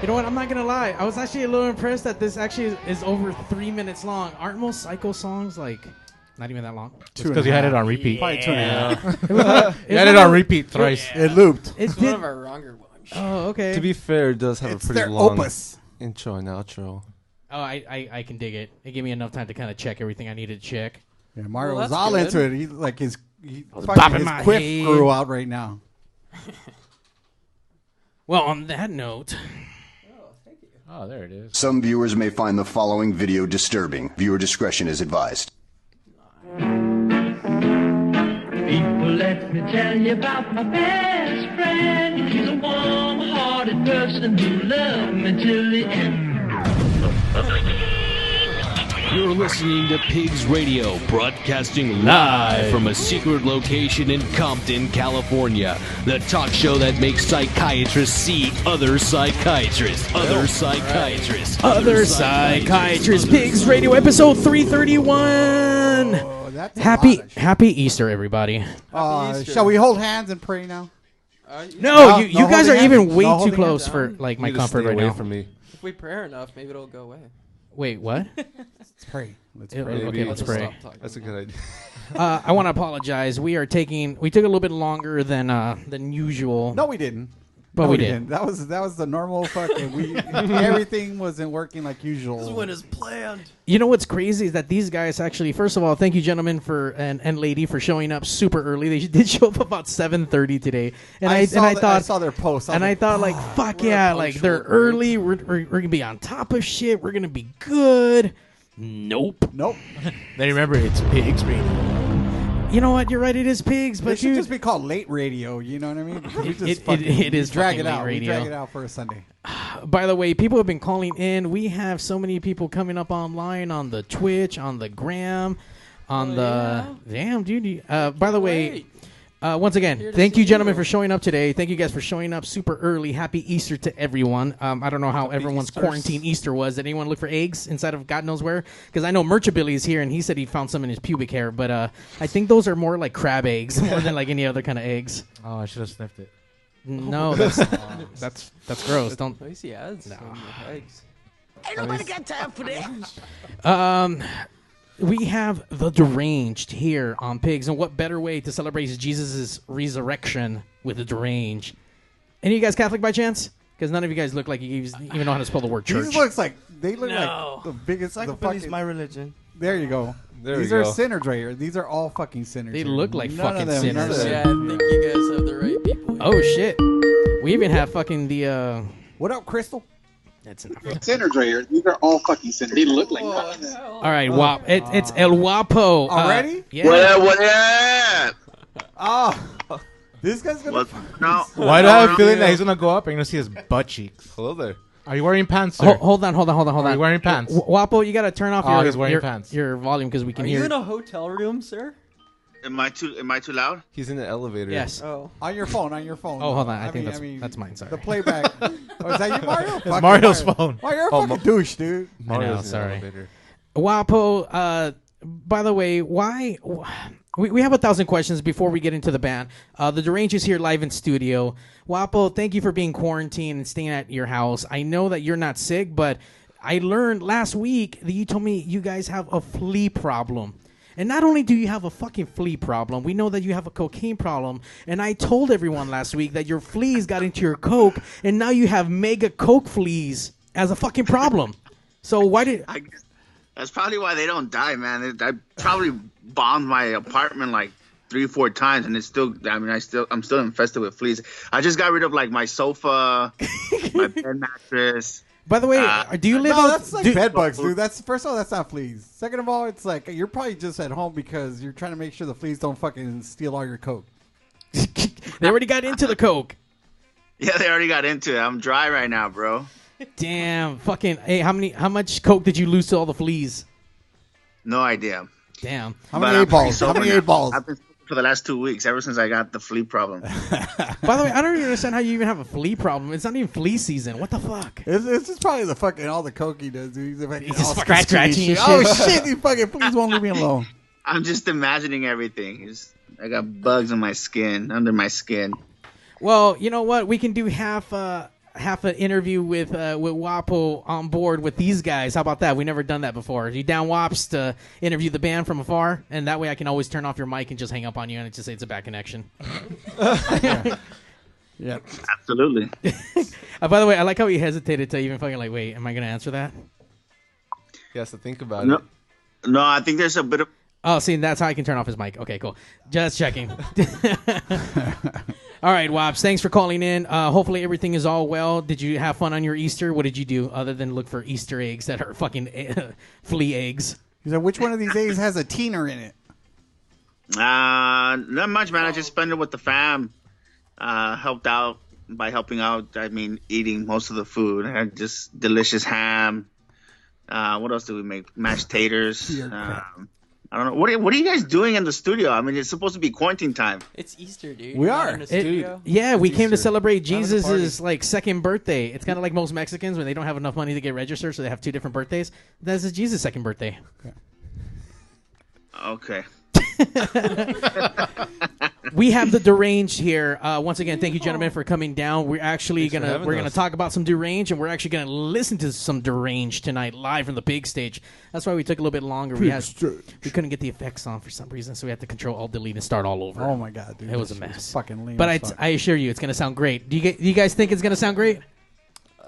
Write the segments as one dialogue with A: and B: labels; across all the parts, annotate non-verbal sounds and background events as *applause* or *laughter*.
A: You know what? I'm not gonna lie. I was actually a little impressed that this actually is over three minutes long. Aren't most Psycho songs like not even that long?
B: It's because you had it on repeat.
C: Probably two and a half.
A: *laughs*
B: You had it on repeat thrice.
D: It looped.
A: It
C: It's one
A: did.
C: of our longer ones.
A: Oh, okay.
E: To be fair, it does have
D: It's
E: a pretty
D: their
E: long
D: opus.
E: intro and outro.
A: oh, I, I I can dig it. It gave me enough time to kind of check everything I needed to check.
D: Yeah, Mario
C: Well,
D: was
C: that's
D: all
C: good.
D: into it. He like his he,
A: bopping
D: fucking, his
A: my
D: quiff
A: head.
D: grew out right now.
A: *laughs* Well, on that note,
B: Oh, there it is.
F: Some viewers may find the following video disturbing. Viewer discretion is advised.
G: People, let me tell you about my best friend. He's a warm-hearted person who loved me till the end.
H: You're listening to Pigs Radio, broadcasting live from a secret location in Compton, California. The talk show that makes psychiatrists see other psychiatrists, other psychiatrists,
A: other psychiatrist pigs radio episode 331.
D: Oh, that's a
A: Happy
D: lot of shit.
A: Happy Easter, everybody.
D: Uh,
C: Easter.
D: shall we hold hands and pray now?
C: Uh,
A: No,
D: No,
A: you,
D: no
A: you guys
D: holding
A: are
D: hands.
A: even
D: No
A: way too
D: holding
A: close
C: hands.
A: for like my
E: You just
A: comfort
E: stay
A: right
E: away
A: now.
E: from me.
C: if we pray enough, maybe it'll go away.
A: Wait, what?
D: Let's pray. *laughs* Let's
A: Yeah,
D: pray.
A: okay,
E: Maybe.
A: let's
E: Let's
A: pray.
C: Stop talking.
E: That's a good idea.
A: Uh, I want to apologize. We are taking. We took a little bit longer than uh, than usual.
D: No, we didn't.
A: But
D: No,
A: we did.
D: That was that was the normal fucking.
A: *laughs*
D: We everything wasn't working like usual.
C: This one is planned.
A: You know what's crazy is that these guys actually. First of all, thank you, gentlemen, for and, and lady for showing up super early. They *laughs* did show up about seven thirty today, and I,
D: saw
A: and I
D: the-
A: thought
D: I saw their post.
A: and I
D: was
A: thought like, fuck
C: We're a
A: yeah, like they're
C: punctual group.
A: early. We're, we're we're gonna be on top of shit. We're gonna be good. Nope.
D: like, nope.
B: They remember it's Pigs Radio.
A: You know what? You're right. It is pigs,
D: But it
A: but
D: should
A: you
D: just be called late radio. You know what I
A: *laughs*
D: mean? We
A: It-
D: just
A: it-
D: fucking-
A: it- it
D: we
A: is
D: drag
A: fucking
D: it
A: late
D: out. We
A: radio.
D: drag it out for a Sunday.
A: By the way, people have been calling in. We have so many people coming up online on the Twitch, on the Gram, on the damn dude. you- Uh, by the way,
C: Wait.
A: uh, once again,
C: Here to
A: thank
C: see
A: you, gentlemen,
C: you.
A: for showing up today. Thank you guys for showing up super early. Happy Easter to everyone. Um, I don't know how everyone's
D: Easters.
A: quarantine Easter was. Did anyone look for eggs inside of God knows where? Because I know Merchabilly is here, and he said he found some in his pubic hair. But uh, I think those are more like crab eggs *laughs* more than like any other kind of
C: *laughs*
A: eggs.
B: Oh, I should have sniffed it.
D: *laughs*
A: No, that's that's that's gross. Don't
C: At least he adds some eggs.
A: Um, we have the deranged here on pigs and what better way to celebrate jesus' resurrection with the deranged any of you guys catholic by chance because none of you guys look like you even know how to spell the word church
D: These looks like they look
C: No.
D: like the biggest. The
C: Psychobilly's
D: fucking,
C: my religion.
D: there you go.
E: There
D: These
E: we
D: are
E: go.
D: sinners right here. These are all fucking sinners.
A: They
D: here.
A: look like
D: None
A: fucking
D: of them, none of
A: sinners.
D: them.
C: Yeah, I think you guys have the right people.
A: oh shit we even have fucking the uh
C: Oh.
D: What up, Crystal?
A: that's enough.
I: Sinners right here. These are all fucking sinners. They look like
C: What
I: cops.
C: the hell?
A: all right wap it, it's el wapo Uh,
D: Already?
A: yeah
I: what up?
D: Oh, this guy's gonna.
I: No.
B: Why do I have a feeling that he's gonna go up and you're gonna see his butt cheeks?
E: Hello there.
B: Are you wearing pants, sir?
A: Ho- hold on hold on hold on hold
B: Are
A: on
B: you wearing pants?
A: W- wapo you gotta turn off
B: Oh,
A: your,
B: he's wearing
A: your,
B: pants.
A: your volume because we can
C: Are
A: hear
C: you in a hotel room, sir?
I: Am I too? Am I too loud?
E: He's in the elevator.
A: yes
C: Oh.
D: On your phone, on your phone.
A: Oh, hold on. I think that's- that's mine, sorry.
D: The playback. oh, is
A: *laughs*
D: that you, Mario? It's
B: Mario's phone.
D: Oh, you're a
E: Oh,
D: fucking
E: Ma-
D: douche, dude.
A: know,
E: Mario's
A: sorry.
E: in the elevator.
A: Wapo, uh, by the way, why? We, we have a thousand questions before we get into the band. Uh, the Deranged is here live in studio. Wapo, thank you for being quarantined and staying at your house. I know that you're not sick, but I learned last week that you told me you guys have a flea problem. And not only do you have a fucking flea problem, we know that you have a cocaine problem. And I told everyone last week that your fleas got into your coke, and now you have mega coke fleas as a fucking problem. So why did
I: I, that's probably why they don't die, man. It, I probably *laughs* bombed my apartment like three, four times, and it's still. I mean, I still. I'm still infested with fleas. I just got rid of like
A: *laughs*
I: my sofa, my bed mattress.
A: By the way,
I: Uh,
A: do you live
D: No,
A: on?
D: that's like
A: do-
D: bed bugs, dude. That's first of all, that's not fleas. Second of all, it's like you're probably just at home because you're trying to make sure the fleas don't fucking steal all your coke.
A: they already got into the coke.
I: *laughs* Yeah, they already got into it. I'm dry right now, bro.
A: Damn, fucking. Hey, how many? How much coke did you lose to all the fleas? *laughs*
I: No idea.
A: Damn.
D: How
I: But
D: many eight
I: I'm pretty
D: balls? How
I: sober
D: many
I: now.
D: eight balls?
I: I've been sober for the last two weeks, ever since I got the
A: *laughs*
I: flea problem.
A: By the way, I don't even understand how you even have a flea problem. It's not even flea season. What the fuck?
D: It's, it's just probably the fucking all the coke he does, dude. He's, fucking
A: He's just
D: all
A: fucking
D: scratchy
A: scratching and
D: Oh
A: shit.
D: shit, you fucking please won't leave me
A: *laughs*
D: alone.
I: I'm just imagining everything. It's- I got bugs on my skin, under my skin.
A: Well, you know what? We can do half. Uh, half an interview with uh, with Wapo on board with these guys. How about that? We never done that before. You down Wops to interview the band from afar, and that way I can always turn off your mic and just hang up on you and just say it's a
D: *laughs*
A: bad connection. *laughs*
I: Absolutely.
A: Uh, by the way, I like how he hesitated to even fucking like, wait, am I gonna answer that?
E: He has to think about
I: No,
E: it.
I: no, I think there's a bit of
A: Oh, see, that's how I can turn off his mic. Okay, cool. Just checking. all right, Wops. Thanks for calling in. Uh, hopefully everything is all well. Did you have fun on your Easter? What did you do other than look for Easter eggs that are fucking *laughs* eh, flea eggs?
D: He's like, which one of these days has a teener in it?
I: Uh, not much, man. I just spent it with the fam. Uh, helped out by helping out. I mean, eating most of the food. I had just delicious ham. Uh, what else did we make? Mashed taters. Um, I don't know. What are, what are you guys doing in the studio? I mean, it's supposed to be quarantine time.
C: It's Easter, dude.
D: We
C: You're not
D: are.
C: in a
A: It-
C: studio.
A: yeah, we came to celebrate
C: Having a party.
A: Jesus' like second birthday. It's kind of like most Mexicans when they don't have enough money to get registered, so they have two different birthdays. This is Jesus' second birthday.
I: Okay.
A: we have the deranged here. Uh, once again, thank you, gentlemen, for coming down. We're actually
E: for
A: gonna
E: having
A: we're gonna
E: us.
A: talk about some deranged, and we're actually gonna listen to some deranged tonight live from the big stage. That's why we took a little bit longer. we had we couldn't get the effects on for some reason, so we had to control all delete and start all over.
D: Oh my god, dude!
A: It was a
D: This shit's
A: mess.
D: Fucking lean.
A: But I,
D: as fuck.
A: I assure you, it's gonna sound great. Do you get, do you guys think it's gonna sound great?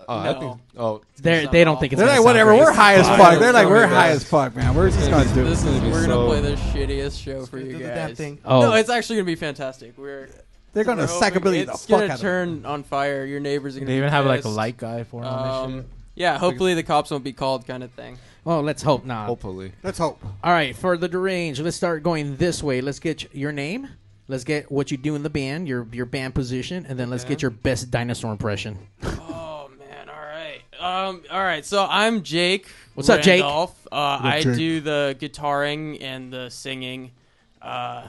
E: Oh, I think, oh,
A: They they don't think it's.
D: They're
A: gonna
D: like,
A: sound
D: whatever.
A: great.
D: We're high as
E: Fire.
D: fuck. They're like,
E: Tell me
D: we're
E: that.
D: high as fuck, man. We're just gonna do
C: This
D: it.
C: is
E: gonna be
C: we're gonna
E: so-
C: play the shittiest show for you
B: do the damn
C: guys.
B: thing.
A: Oh.
C: No, it's actually gonna be fantastic. We're
D: They're gonna
C: we're hoping-
D: psychobilly the
C: It's
D: fuck
C: gonna
D: out of it.
C: turn on fire. Your neighbors are gonna.
B: They
C: be
B: even have like a
C: pissed.
B: light guy for him. and
C: Um,
B: shit.
C: yeah, hopefully the cops won't be called, kind of thing.
A: Oh, let's hope not.
E: hopefully.
D: Let's hope.
A: All right, for the deranged, let's start going this way. Let's get your name. Let's get what you do in the band, your your band position, and then let's get your best dinosaur impression.
C: Oh man, all right, um, all right. So I'm Jake.
A: What's up, Jake?
C: Randolph. Uh, I do the guitaring and the singing. Uh,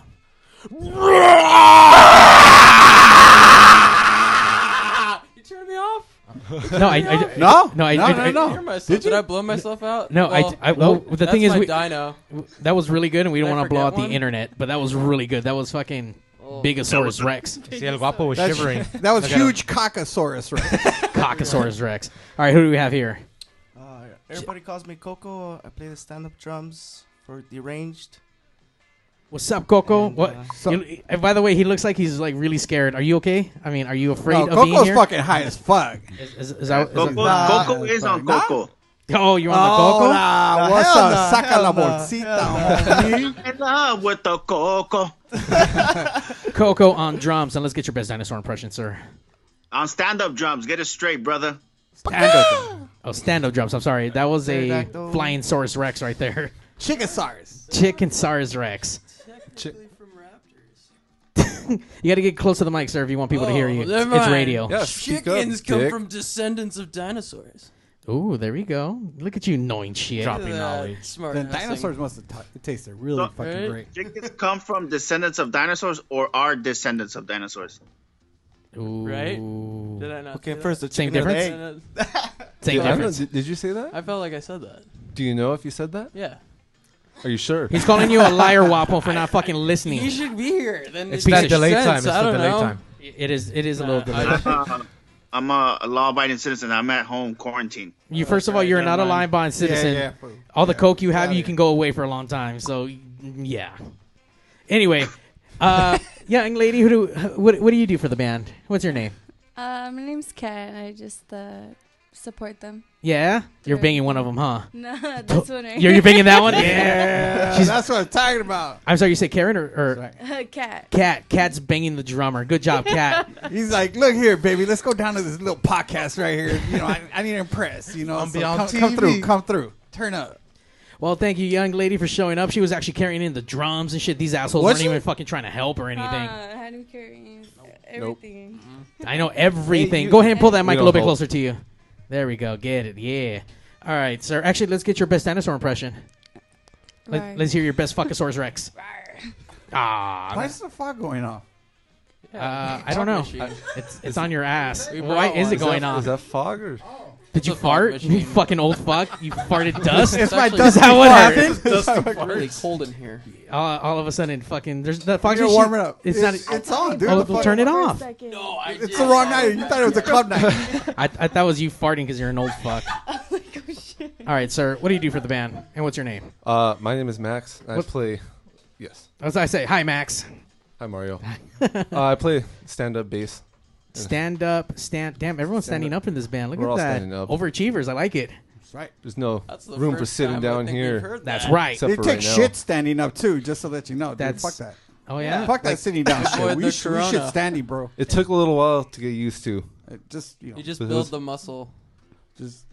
C: you turned me off.
A: *laughs* No, I, I
D: No,
A: no, I,
D: no,
A: I,
D: no,
A: I-
D: no.
C: I hear myself. Did, I blow myself out?
A: No, I-
C: Well,
A: I- well, the
C: that's
A: thing is
C: my
A: we-
C: dyno.
A: that was really good, and we don't
C: Did I
A: want to blow out
C: forget
A: the
C: one?
A: internet, but that was really good. That was fucking Bigosaurus Rex,
B: See, El Guapo
A: Oh,
B: was
D: That's-
B: shivering.
D: *laughs* That was
B: Look at him.
D: huge cockasaurus, right?
A: Cockasaurus Rex. All right, who do we have here?
J: Uh, everybody calls me Coco. I play the stand-up drums for Deranged.
A: What's up, Coco?
J: And,
A: what?
J: uh,
D: so-
A: you- and by the way, he looks like he's like really scared. Are you okay? I mean, are you afraid
D: No,
A: of being
D: Coco's
A: here?
D: fucking high as fuck.
A: Is, is, is that, is
I: Coco,
D: Nah,
I: Coco is on
D: nah.
I: Coco.
A: that- *laughs* oh, you want the Coco?
D: Hola, what's
J: hell
D: up?
J: no,
D: Saca la
J: hell no,
D: bolsita. homie.
I: I'm *laughs* in love with the Coco.
A: *laughs*
I: *laughs*
A: Coco on drums, and let's get your best dinosaur impression, sir.
I: On stand up drums. Get it straight, brother.
A: Oh, stand-up drums. I'm sorry, that was a
J: Pterodactyl.
A: flying Saurus Rex right there. *laughs*
D: Chickasaurus.
A: Chicken Saurus Rex. *laughs* You got to get close to the mic, sir, if you want people to hear
C: Oh,
A: you.
C: never
A: It's
C: mind.
A: radio.
E: Yeah, speak up,
C: Chickens come
E: dick.
C: from descendants of dinosaurs.
A: Ooh, there we go. Look at you knowing shit.
B: Drop. Copy
C: Look at that
B: knowledge.
C: Smart.
D: Then
C: ass thing.
D: dinosaurs must have t- tasted really
I: Look,
D: fucking
C: right?
D: great.
I: Chickens come from descendants of dinosaurs or are descendants of dinosaurs?
A: Ooh.
C: Right? Did I not?
J: Okay,
C: say
J: first the
A: Same
J: chicken and
A: difference?
J: egg.
C: that?
A: Same
E: I don't know,
A: difference.
E: did, did you say that?
C: I felt like I said that.
E: Do you know if you said that?
C: Yeah.
E: Are you sure?
A: He's calling you a liar, Wapo, for
C: *laughs*
A: not fucking listening.
C: You should be here. Then
B: It's
C: it
B: that
C: makes
B: delay
C: sense.
B: time. It's
C: I
B: the
C: don't
B: delay
C: know.
B: time.
A: It is. It is a little
C: Nah, I-
A: delayed.
I: Uh, I'm a, a law abiding citizen. I'm at home quarantined.
A: You first of all, you're
C: Alright,
A: not a
C: never mind.
A: line-bond citizen.
D: yeah, fool.
A: All the coke you have,
D: Yeah,
A: you
D: yeah.
A: can go away for a long time. So, yeah. Anyway,
D: *laughs*
A: uh, young lady, who do what, what do you do for the band? What's your name?
K: Um,
L: Uh, my name's Kat, and I just uh, support
K: *laughs*
L: them.
A: Yeah, you're
L: Sure.
A: banging one of them, huh?
L: No, this one right
A: Oh, You're, you're banging that one. Yeah.
D: Yeah,
A: She's-
D: that's what I'm talking about.
A: I'm sorry, you said Karen or, or
D: Sorry.
L: here. Cat.
A: Cat? Cat's banging the drummer. Good job, Cat.
D: *laughs* He's like, look here, baby, let's go down to this little podcast right here. You know, I, I need to impress. You know,
B: I'm
D: so
B: beyond
D: come, come
B: TV.
D: through, come through, turn up.
A: well, thank you, young lady, for showing up. She was actually carrying in the drums and shit. These assholes
D: Was
A: weren't
D: she?
A: even fucking trying to help or anything. Mm-hmm.
L: Uh, how do you carry everything? *laughs*
A: I know everything.
E: Hey, you-
A: go ahead and pull that mic a
E: don't
A: little bit
E: hold.
A: closer to you. There we go. Get it. Yeah. All right, sir. Actually, let's get your best dinosaur impression.
L: Rawr.
A: Let, us hear your best Fuckasaurus Rex.
L: Rawr.
A: Ah,
D: Why is the fog going off?
A: uh, I don't know.
C: Machine.
A: It's, it's on your ass.
C: *laughs* We
A: Why
C: brought
A: is it
C: one. Oh.
A: going
E: is that,
A: on?
E: Is that fog or?
A: Did you fart? *laughs* You fucking old fuck. You farted dust.
C: *laughs* It's my
A: Is
C: dusty
A: that what
C: fart.
A: happened?
C: It's dusty It's fart. really cold in here.
A: All, all of a sudden, fucking. There's the fucking.
D: You're
A: shit-
D: warming up.
A: It's,
D: It's-
A: not.
D: it's on, dude.
A: Oh,
D: The
A: well,
D: fuck-
A: turn it
D: for a
A: off.
L: No,
D: I It's the wrong night. You thought it was a club night.
A: *laughs* I, I thought it was you farting because you're an old
C: *laughs*
A: fuck.
C: oh,
A: All right, sir. What do you do for the band? And what's your name?
E: Uh, my name is Max. I
A: What-
E: play. Yes.
A: As I say, hi, Max. *laughs*
E: Hi, Mario. uh, I play stand-up bass.
A: Stand up, stand. Damn, everyone's
E: Stand
A: standing
E: up.
A: up. in this band. Look
E: We're
A: at
E: all
A: that.
E: standing up.
A: Overachievers. I like it.
D: That's right.
E: There's no
D: the
E: room for
D: first
E: sitting
D: time I
E: down
D: think we've
E: here.
D: heard
A: That's that. right.
E: Except
D: They
E: for
D: take
E: right now.
D: shit standing up too, just so that you know. Dude,
E: That's-
D: fuck that.
A: Oh, yeah.
D: Fuck that
A: Like-
D: sitting
A: *laughs*
D: down
A: Avoid
D: shit.
A: the
D: We, sh- we should
A: corona.
D: standing, bro.
E: It took a little while to get used to.
D: It just you know.
C: You just
E: But it
C: build
E: was-
C: the muscle.
D: Just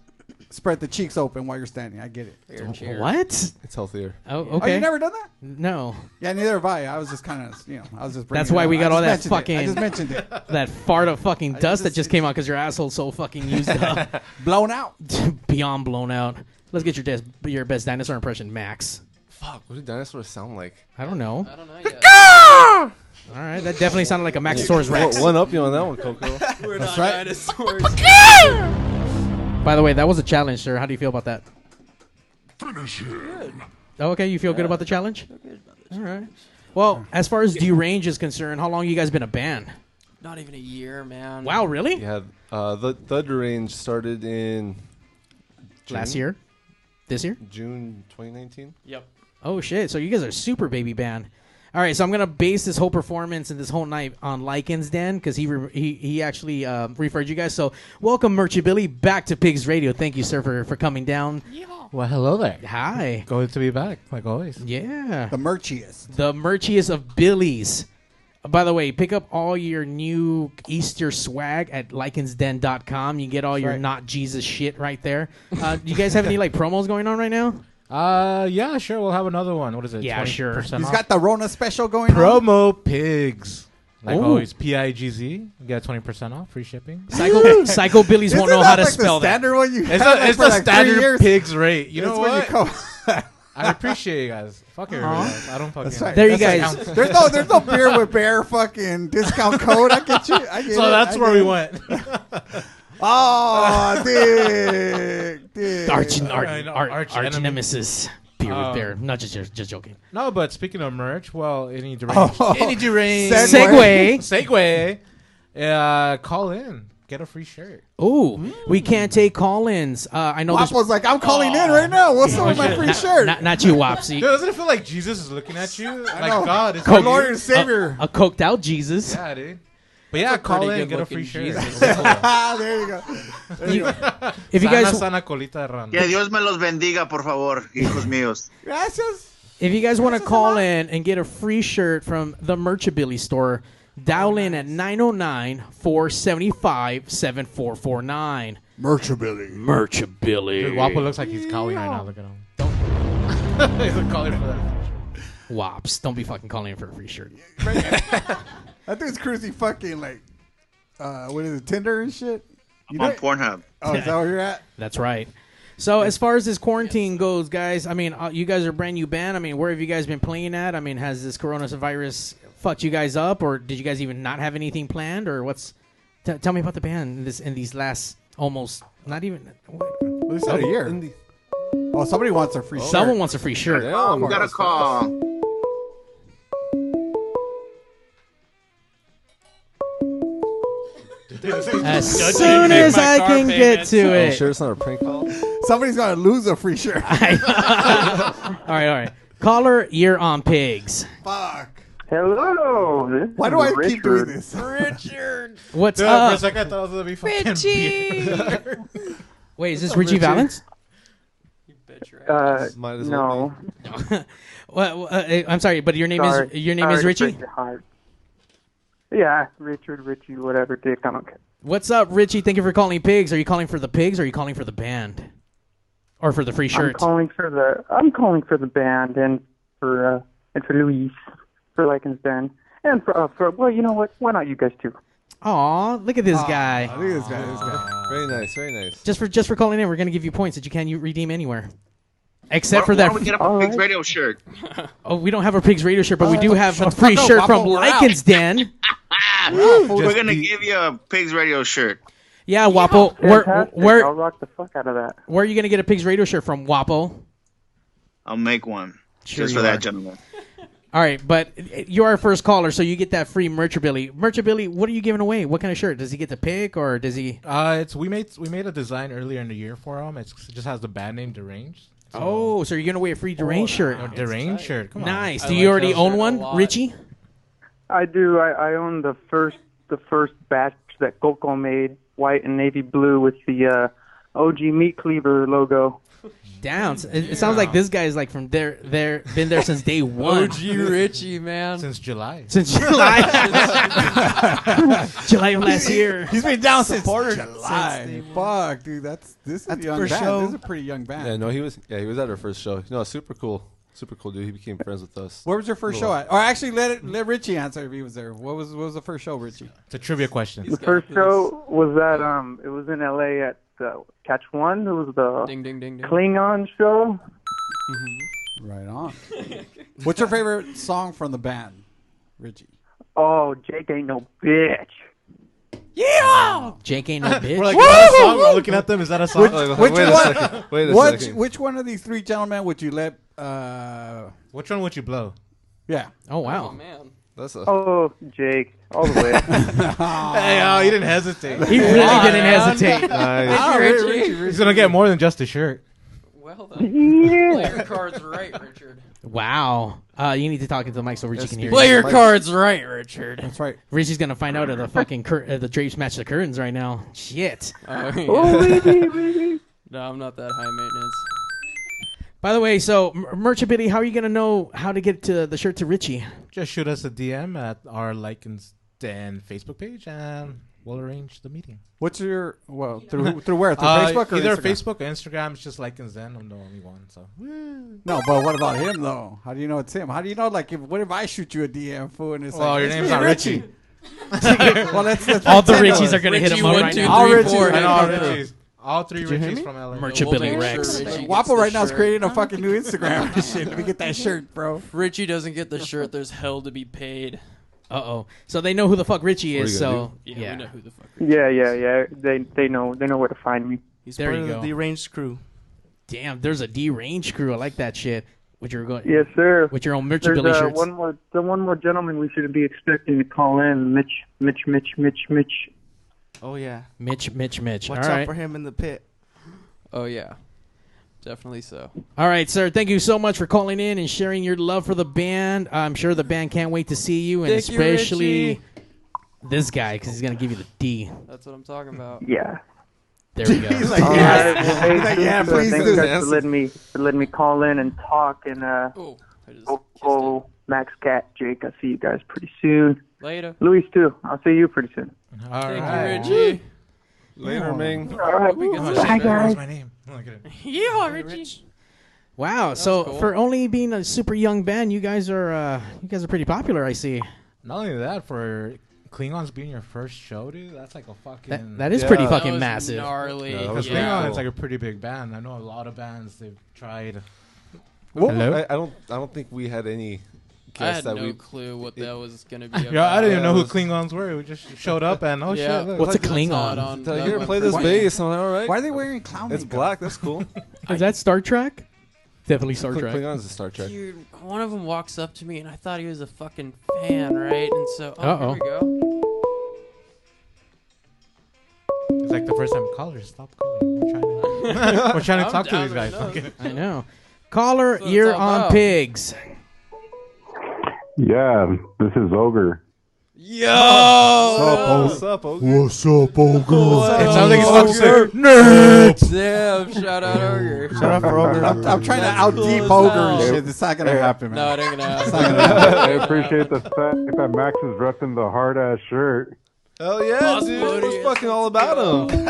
D: spread the cheeks open while you're standing. I get it.
A: What?
E: It's healthier.
A: Oh,
D: Oh, you
A: okay.
D: never done that?
A: No.
D: Yeah, neither have I. I was just kind of, you know, I was just. bringing
A: That's
D: it
A: why
D: up.
A: we
D: I
A: got all
D: just
A: that
D: mentioned
A: fucking.
D: it. I just mentioned it.
A: That fart of fucking dust that just came out because your asshole's so
D: *laughs*
A: fucking used up,
D: blown out,
A: *laughs* beyond blown out. Let's get your des- your best dinosaur impression, Max.
E: Fuck. What do dinosaurs sound like?
A: I don't know. I
C: don't know.
A: All right, that definitely sounded like a Maxosaurus
E: One-
A: Rex.
E: One up you on that one, Coco.
C: We're
E: That's
C: not
E: right.
C: dinosaurs.
A: By the way, that was a challenge, sir. How do you feel about that?
G: Good.
A: Oh, okay, you feel good about the challenge? All right. Well, as far as Derange is concerned, how long you guys been a band?
C: Not even a year, man.
A: Wow, really?
E: Yeah. Uh, the the Derange started in
A: Last
E: June?
A: year? This year?
E: June 2019.
C: Yep.
A: Oh shit! So you guys are a super baby band. All right, so I'm gonna base this whole performance and this whole night on Lycan's Den because he, re- he he actually uh, referred you guys. So welcome Merchabilly back to Pigs Radio. Thank you, sir, for, for coming down.
B: Well, hello there.
A: Hi.
B: Good to be back, like always.
A: Yeah.
D: The merchiest.
A: The merchiest of Billies. By the way, pick up all your new Easter swag at lycansden.com. You get all your not Jesus shit right
B: *laughs*
A: there. Uh, do you guys have any like promos going on right now?
B: Uh, yeah, sure. We'll have another one. What is it?
A: *laughs* Yeah,
B: 20%
A: sure. He's
B: off?
D: He's got the Rona special going on.
B: promo
D: *laughs*
B: pigs. Like
A: Ooh.
B: always, P I G Z. You got twenty percent off, free *laughs* shipping.
A: Psycho- Psycho Billies won't
D: Isn't
A: know how
D: that
A: to
D: like the
A: spell that.
D: standard one you
B: It's
D: had,
B: a,
D: like,
B: it's
D: for
B: the
D: like three
B: standard
D: years?
B: pigs rate. You
D: That's
B: know
D: when you
B: what? *laughs* I appreciate you guys. Fuck everybody else. I don't fucking.
D: That's right.
A: There you
D: That's
A: guys-
D: right. there's no there's no beer with bear fucking discount code. I get you. I get
B: So
D: it.
B: that's
D: I
B: where
D: get
B: we
D: it.
B: went.
D: *laughs* Oh, dick, dick.
A: Arch,
B: Yeah.
A: arch,
B: I know,
A: arch,
B: arch
A: arch
B: enemy.
A: nemesis. Beer with
B: Um,
A: bear. Not just just joking.
B: No, but speaking of merch, well, any deranged, *laughs*
A: Oh.
B: any deranged
A: Segway.
B: Segway. Uh, call in, get a free shirt.
A: Oh, we
B: Hmm.
A: can't take call-ins. Uh, I know. there's-
D: Waffle's like, I'm calling in right now. What's up with my free
A: Not-
D: shirt?
A: Not, not you, Wopsy.
B: *laughs* Dude, doesn't it feel like Jesus is looking at you? Like
D: know.
B: God, is
D: Coke-
B: that you?
D: Lord and Savior.
A: A, a coked out Uh, Jesus.
B: Yeah, dude. But yeah,
A: That's a
B: call
A: pretty
B: in, get a free
A: good-looking
B: shirt. *laughs*
D: Ah, there you go. There you
A: You-
D: go.
A: if you
B: Sana,
A: guys
B: sana colita de rana.
I: Que Dios me los bendiga, por favor, hijos míos.
D: Gracias.
A: if you guys want to call in and get a free shirt from the Merchabilly store, dial in at 909-475-7449.
D: Merchabilly.
A: Merchabilly.
B: Dude, Wapo looks like he's calling right now. Look at him. *laughs* he's a caller for that.
A: Wops, don't be fucking calling in for a free shirt.
D: That dude's cruising fucking like, uh, what is it, Tinder and shit? You
I: On
D: know-
I: Pornhub.
D: Oh, is that where you're at?
A: *laughs* That's right. So as far as this quarantine goes, guys, I mean, uh, you guys are a brand new band. I mean, where have you guys been playing at? I mean, has this coronavirus fucked you guys up, or did you guys even not have anything planned, or what's? T- tell me about the band in this in these last almost not even.
D: Well, it's not a year. Oh, somebody wants a free shirt.
A: Someone wants a free shirt.
E: Damn,
I: We got a call.
A: As soon as I can get to
E: Are you
A: it.
E: sure it's not
A: *laughs*
E: a prank call?
D: Somebody's gonna lose a free shirt.
A: all right, all right. Caller, you're on pigs.
D: Fuck.
M: Hello. This
D: Why
M: is
D: do I
M: Richard.
D: keep doing
A: *laughs*
D: this?
C: Richard.
A: What's
B: Dude, for a
A: up?
B: second, I thought it was gonna be fucking beer.
D: *laughs*
A: Wait,
B: What's
A: is this
B: up,
A: Richie
B: Richie?
A: Valens?
M: Uh,
E: Might as well
M: no.
A: *laughs* Well, uh, I'm sorry, but your name
M: Sorry.
A: is your name
M: Sorry
A: is
M: to
A: Richie.
M: break your heart. Yeah, Richard, Richie, whatever, Dick. I don't care.
A: What's up, Richie? Thank you for calling pigs. Are you calling for the pigs or are you calling for the band? Or for the free
M: I'm
A: shirts?
M: calling for the. I'm calling for the band and for uh, and for Luis for Lycan's band and for uh, for well, you know what? Why not you guys too?
A: Aw, look at this guy.
D: Look at this guy. This guy.
E: Very nice, very nice.
A: Just for just for calling in, we're gonna give you points that you can you redeem anywhere. Except
I: Why-
A: for
I: why
A: that.
I: don't we get a Pigs radio shirt?
A: oh, we don't have a pigs radio shirt, but
M: Uh,
A: we do have a
I: shut the
A: free
I: fuck up,
A: shirt from
I: Waffle, we're out.
A: Lycan's Den.
I: Ah, We're gonna
B: the-
I: give you a Pigs radio shirt.
A: Yeah, Wapo. Where,
M: Fantastic.
A: where,
M: I'll rock the fuck out of that.
A: where are you gonna get a Pigs Radio shirt from, Wapo?
I: I'll make one
A: Sure
I: just
A: you
I: for
A: are.
I: that gentleman.
A: All right, but you're our first caller, so you get that free merchabilly. Merchabilly, what are you giving away? What kind of shirt? Does he get to pick, or does he?
B: Uh, it's we made we made a design earlier in the year for him. It's, it just has the band name Deranged.
A: Oh, so you're giving away a free Deranged shirt.
B: No, Deranged shirt. Come on.
A: Nice. Do you already own one, Richie?
M: I do. I, I own the first the first batch that Coco made, white and navy blue with the uh, OG meat cleaver logo.
A: Down. It, it sounds like this guy is like from there, there, been there since *laughs* day one.
C: OG Richie, man.
B: Since July.
A: Since
B: *laughs*
A: *laughs* July. *laughs* July of last year.
D: He's been down since
J: Supported
D: July.
J: since day
D: Fuck, dude, that's this is
J: That's
D: a young
J: for
D: band.
J: show.
D: This is a pretty young band.
E: Yeah, no, he was. Yeah, he was at our first show. No, super cool, super cool dude. He became friends with us.
D: Where was your first show at? Or actually, let it, let Richie answer if he was there. What was what was the first show, Richie?
B: It's a trivia question.
D: The
M: First show was at um, it was in L.A. at uh, Catch One. It was the
C: Ding, ding, ding, Mm-hmm. ding.
M: Klingon show.
D: Right on.
B: *laughs*
D: What's your favorite song from the band, Richie?
M: Oh, Jake ain't no bitch.
A: Yeah. Jake
B: *laughs*
A: ain't no bitch.
B: We're like, is that a song? We're looking at them. Is that a song?
D: Which,
B: Like,
D: which
B: wait a
D: one?
B: second. Wait a
D: which,
B: second.
D: Which one of these three gentlemen would you let? Uh,
B: Which one would you blow?
D: Yeah.
A: Oh wow.
C: man.
E: That's a.
M: Oh, Jake, all the way.
B: Hey, oh, he didn't hesitate.
A: He really
B: Aw,
A: didn't
B: man.
A: hesitate.
B: Nice.
A: Thank you, Richie.
B: He's gonna get more than just a shirt.
C: Well then.
M: Yeah.
C: Play your cards right, Richard.
A: Wow. Uh, you need to talk into the mic so Richie can hear.
C: Play
A: you.
C: your cards right, Richard.
D: That's right.
A: Richie's gonna find out if the fucking cur- uh, the drapes match the curtains right now. Shit.
C: Oh, yeah.
A: *laughs*
C: *laughs* No, I'm not that high maintenance.
A: By the way, so M- Merchability, how are you gonna know how to get to the shirt to Richie?
B: Just shoot us a DM at our Lycans Den Facebook page, and we'll arrange the meeting.
D: What's your well
B: *laughs*
D: through who- through where through
B: Uh,
D: Facebook or
B: either
D: Instagram?
B: Facebook or Instagram. It's just Lycans Den. I'm the only one. So
D: No, but what about him though? How do you know it's him? How do you know? Like, if what if I shoot you a DM fool and it's
B: Well,
D: like,
B: your
D: it's
B: name's
D: me,
B: not Richie.
D: *laughs* well, that's, that's
A: *laughs* All the Richies are gonna hit him up right now.
D: All Richies,
B: And all
D: all Richies.
B: Richies. All three
A: Did you hear
B: Richies
A: me?
B: from LA.
A: Merchability
C: We'll make
A: Rex.
C: sure Richie gets
D: Wapo
C: the
D: right now is
C: shirt.
D: creating a fucking
C: *laughs*
D: new Instagram and shit. Let me get that shirt, bro.
C: If Richie doesn't get the shirt, there's hell to be paid.
A: Uh oh. So they know who the fuck Richie
E: What are
A: is.
E: you gonna
A: So
C: Yeah,
A: yeah.
C: we know who the fuck.
M: yeah, yeah, yeah. They they know they know where to find me.
J: He's
A: There
J: part
A: you
J: of the
A: go.
J: deranged crew.
A: Damn, there's a deranged crew. I like that shit. With your going.
M: Yes, sir.
A: With your own
M: There's
A: Merchability
M: uh,
A: shirts.
M: one more the one more gentleman we should be expecting to call in, Mitch, Mitch, Mitch, Mitch, Mitch.
J: Oh yeah.
A: Mitch, Mitch, Mitch.
J: Watch
A: All
J: out
A: right.
J: for him in the pit.
C: Oh yeah, definitely so.
A: All right, sir. Thank you so much for calling in and sharing your love for the band. I'm sure the band can't wait to see you, and
C: Thank you,
A: especially
C: Richie.
A: this guy because he's gonna give you the D.
C: That's what I'm talking
E: *laughs*
C: about.
M: Yeah.
A: There *laughs*
M: *laughs*
A: we go.
D: He's like,
M: All
D: yeah.
M: right. Well, hey,
D: He's like, yeah,
M: thanks, uh,
D: please
M: thanks
D: do
M: guys
D: this.
M: for letting me for letting me call in and talk and uh
C: Oh, I just
M: oh,
C: kissed it.
M: oh Max Cat, Jake, I'll see you guys pretty soon.
C: Later.
M: Luis too. I'll see you pretty soon.
B: All
C: Thank
B: right.
C: you, Richie.
E: Later, Ming.
M: All right.
C: We got
M: Hi guys.
B: That's my name. Oh,
C: *laughs*
B: look at it.
C: Yeah, Richie.
A: wow. So
C: cool.
A: for only being a super young band, you guys are uh, you guys are pretty popular. I see.
B: Not only that, for Klingons being your first show, dude, that's like a fucking.
A: That that is pretty
E: Yeah.
A: fucking
C: That was
A: massive.
C: Gnarly.
E: Yeah, that
B: Because
E: was
C: yeah.
B: Klingon
E: cool.
B: is like a pretty big band. I know a lot of bands they've tried.
E: What-
B: Hello?
E: I, I don't. I don't think we had any
C: I
E: guests
C: had no
E: that we.
C: clue what that was gonna be. About.
B: Yeah, I didn't
E: Yeah,
B: know
E: it
B: who
E: was-
B: Klingons were. We
E: *laughs*
B: just showed up and oh
C: Yeah.
B: shit. look.
A: What's a
E: That's
C: Not
A: Klingon?
C: on-
E: Tell
C: that
E: you to
C: went
E: play
C: for-
E: this bass. I'm like, all right.
D: Why are they wearing clown
E: It's
D: makeup?
E: black. That's cool.
A: Is that Star Trek? Definitely Star Trek.
E: Klingons is Star
C: *laughs*
E: Trek.
C: Dude, one of them walks up to me and I thought he was a fucking fan, right? And so, oh,
A: Uh-oh.
C: here we go.
B: It's like the first time callers stop calling. We're trying *laughs* to, we're trying to
C: I'm
B: talk to
C: down
B: these
C: with
B: guys.
C: those.
B: Okay.
A: *laughs* I know. Caller,
C: So it's
A: you're
C: all
A: on
C: about.
A: pigs.
N: Yeah, this is Ogre.
E: Yo. What's up, Ogre?
N: What's up, Ogre?
B: It sounds like he's fucking sick.
C: Damn, shout out Ogre.
D: I'm, I'm trying to
C: That's
D: out
C: cool
D: deep
C: as
D: ogre and
C: hell.
D: shit. It's not gonna happen, man.
C: No, it ain't gonna
N: I
C: happen.
N: appreciate the fact that Max is repping the hard ass shirt. Oh,
E: Hell yeah,
C: Boss
E: dude.
C: Buddy.
E: What's fucking all about him?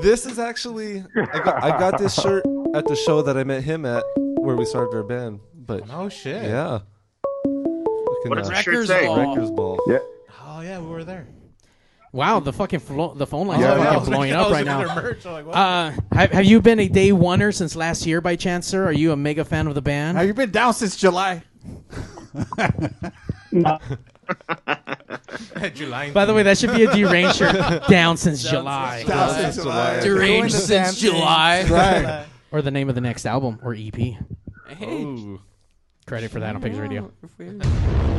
E: this is actually. I got, I got this shirt at the show that I met him at, where we started our band. But
B: Oh shit.
E: yeah. Fucking,
I: What does
E: uh,
I: that shirt
C: Wreckers
I: say?
C: Ball.
E: Wreckers Ball.
N: Yeah,
B: Oh yeah, we were there.
A: Wow, the fucking flo- the phone lines
N: Yeah,
A: are
N: I
A: fucking
N: was
A: blowing
B: I
A: up
B: was
A: right
B: looking at
A: now.
B: their merch, I'm like, what?
A: Uh, have, have you been a day oneer since last year by chance, sir? Are you a mega fan of the band?
D: Have you been down since July?
B: *laughs*
A: *laughs*
B: July.
A: By the way, that should be a
B: *laughs*
A: deranged shirt. *laughs* Down since July.
B: Down since July. Doing the
A: Deranged
B: damn
A: since
B: thing.
A: July.
B: Right.
A: *laughs* Or the name of the next album or EP.
C: Hey.
B: Oh.
A: Credit for that on Pigs Radio.
D: *laughs*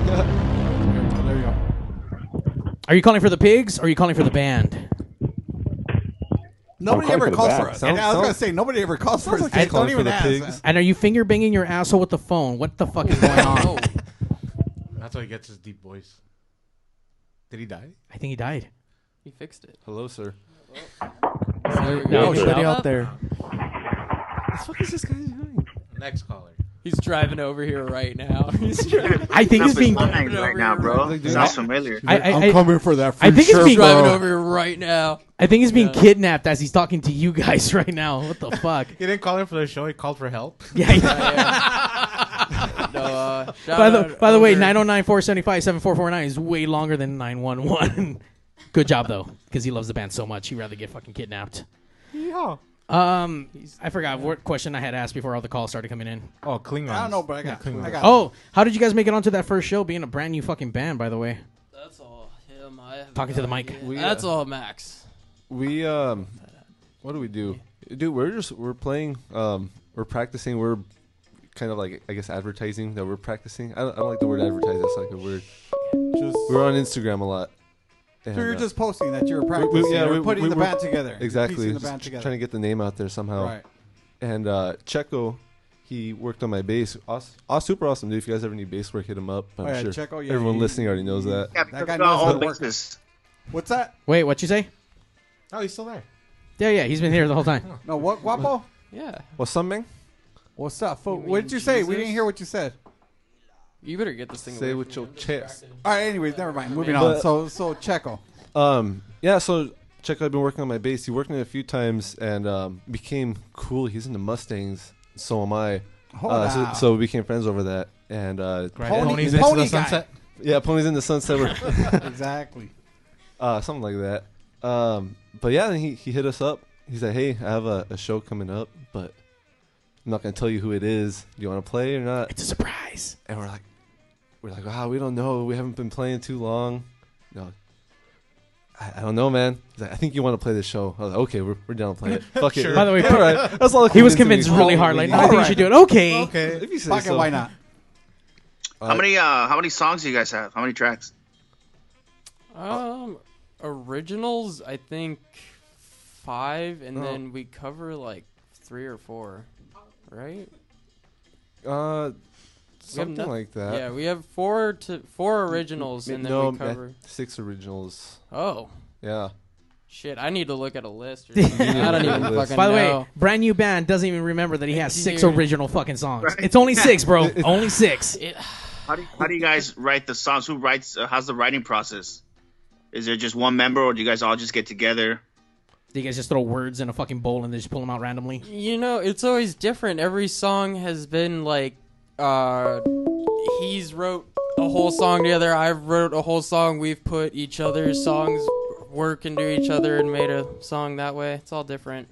D: There you go.
A: Are you calling for the pigs or are you calling for the band?
D: Nobody
A: calling
D: ever
A: for the
D: calls
A: bat.
D: for us.
A: Sounds-
D: and I was
A: sounds-
D: going to say, nobody ever calls for us.
A: I'm
D: Don't even ask.
A: And are you finger banging your asshole with the phone? What the fuck is going on?
B: That's why he gets his deep voice. Did he die?
A: I think he *laughs* died.
C: He fixed it.
E: Hello, sir.
A: No,
J: shut it out there.
E: What the fuck is this guy doing?
B: *laughs* Next caller.
C: He's driving over here right now. *laughs* He's driving.
A: I think he's being
C: Driving over
I: right now,
C: here
I: bro.
C: right
I: Sounds
C: now.
I: familiar.
A: I, I, I-
C: I think he's
A: being
C: driving over here right now.
A: I think he's being
C: Yeah.
A: kidnapped as he's talking to you guys *laughs* right now. What the *laughs* fuck?
B: He didn't call in for the show. He called for *laughs* help.
A: Yeah, he-
C: *laughs* No, uh, shout
A: by the
C: out
A: by the way,
C: over-
A: 909 475 7449 is way longer than 911. *laughs* Good job though, because he loves the band so much. He'd rather get fucking kidnapped.
D: Yeah.
A: Um, I forgot what question I had asked before all the calls started coming in.
B: Oh, Klingons.
D: I don't know, but I got- I got-
A: oh, how did you guys make it onto that first show being a brand new fucking band, by the way?
C: That's all him. I have
A: Talking to the mic.
C: We, uh, That's all Max.
E: We um, what do we do, dude? We're just we're playing. Um, we're practicing. We're kind of like I guess advertising that we're practicing. I don't, I don't like the word advertise. It's like a word.
D: Just
E: we're on Instagram a lot.
D: So
E: And,
D: you're
E: uh,
D: just posting that you're practicing. you're putting the
E: were-
D: band together. You're
E: Exactly.
D: piecing the
E: just
D: band together.
E: Trying to get the name out there somehow.
D: Right.
E: And uh, Checo, he worked on my bass. Awesome, super awesome, dude. If you guys ever need bass work, hit him up. I'm
D: Oh, yeah,
E: sure
D: Checo, yeah,
E: everyone
D: he-
E: listening already knows that.
D: Yeah, That guy knows how to work. What's that?
A: Wait, what you say?
B: Oh, he's still there.
A: Yeah, yeah, he's been here the whole time.
D: No, what, Guapo?
C: Yeah.
E: What's something?
D: What's up? Fo-
C: You
D: What did
C: mean
D: you say? We
C: Jesus?
D: didn't hear what you said.
C: You better get this thing.
E: Say
C: away
E: with your chest.
D: All right. Anyways, never mind. Moving
E: Yeah.
D: on.
E: But-
D: So, so Checo.
E: Um, yeah, so check. I've been working on my bass. He worked on it a few times and um, became cool. He's into Mustangs. So am I.
D: Hold
E: uh, so,
D: on.
E: so we became friends over that. And uh,
D: Right, Pony- Ponies into pony the guy. sunset?
E: Yeah, ponies in the sunset. We're-
D: Exactly.
E: uh, something like that. Um, but yeah, then he, he hit us up. He said, "Hey, I have a, a show coming up, but I'm not gonna tell you who it is. Do you want to play or not?" It's
A: a surprise.
E: And we're like, we're like, "Wow, we don't know. We haven't been playing too long. No, I, I don't know, man." He's like, "I think you want to play this show." I was like, "Okay, we're, we're down to
D: *laughs*
A: *laughs*
E: play it. Fuck it."
A: By the way,
E: *laughs* all right.
A: *laughs*
E: Uh, That's all. it
A: he was convinced
E: convinced me.
A: really
E: All
A: hard.
E: we
A: Like,
E: need.
A: no, I think you should do it. Okay.
E: If you say
D: Fuck it,
E: so.
D: why not?
I: How many uh how many songs do you guys have? How many tracks?
C: Um, originals, I think five, and
E: Oh.
C: then we cover like three or four, right?
E: Uh,
C: We have
E: something
C: noth-
E: like that.
C: Yeah, we have four to
A: Mm,
C: four originals,
E: M-
C: and then
E: no,
C: we
E: ma-
C: cover.
E: six originals.
C: Oh
E: Yeah.
C: shit! I need to look at a list. Or
A: *laughs*
C: something.
E: need to
C: I don't
E: look at
D: *laughs*
C: even
E: a list.
C: fucking
A: By the
C: know.
A: way, brand new band doesn't even remember that he has six
C: Dude.
A: original fucking songs. It's only
D: *laughs*
A: six, *laughs* bro. only six.
I: How do, how do you guys write the songs? Who writes? Uh, how's the writing process? Is there just one member, or do you guys all just get together?
A: Do you guys just throw words in a fucking bowl and they just pull them out randomly?
C: You know, it's always different. Every song has been like, uh, he's wrote a whole song together. I've wrote a whole song. We've put each other's songs work into each other and made a song that way. It's all different.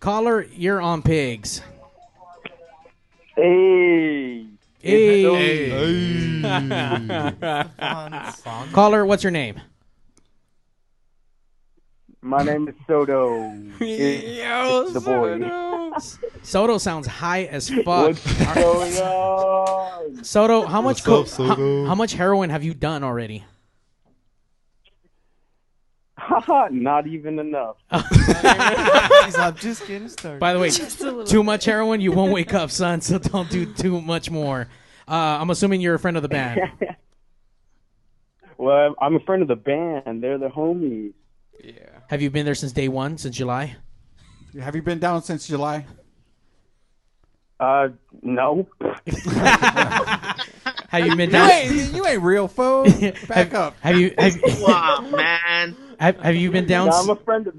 A: Caller, you're on pigs.
O: Hey.
A: Hey. *laughs* Caller,
C: *laughs*
A: what's your name?
O: My name is Soto. It's, it's the boy. *laughs*
A: Soto sounds high as fuck. *laughs*
O: What's going on?
A: Soto, how much co-
O: What's up, Soto?
A: How, how much heroin have you done already?
O: Haha, Not
A: *laughs*
O: even enough.
J: I'm just getting started.
A: By the
P: *laughs*
A: way, too much heroin, you won't wake up, son. So don't do too much more. Uh, I'm assuming you're a friend of the band.
O: *laughs* Well, I'm- I'm a friend of the band. They're the homies.
A: Have you been there since day one, since July?
D: Have you been down since July?
O: Uh,
A: *laughs*
O: no. *laughs*
A: Have you been
D: You
A: down?
D: ain't, you ain't real, fool. Back
A: have,
D: up.
A: Have you? Have,
I: wow, man.
A: *laughs* Have, have you been down?
O: Nah, I'm
A: *laughs*
O: a friend of.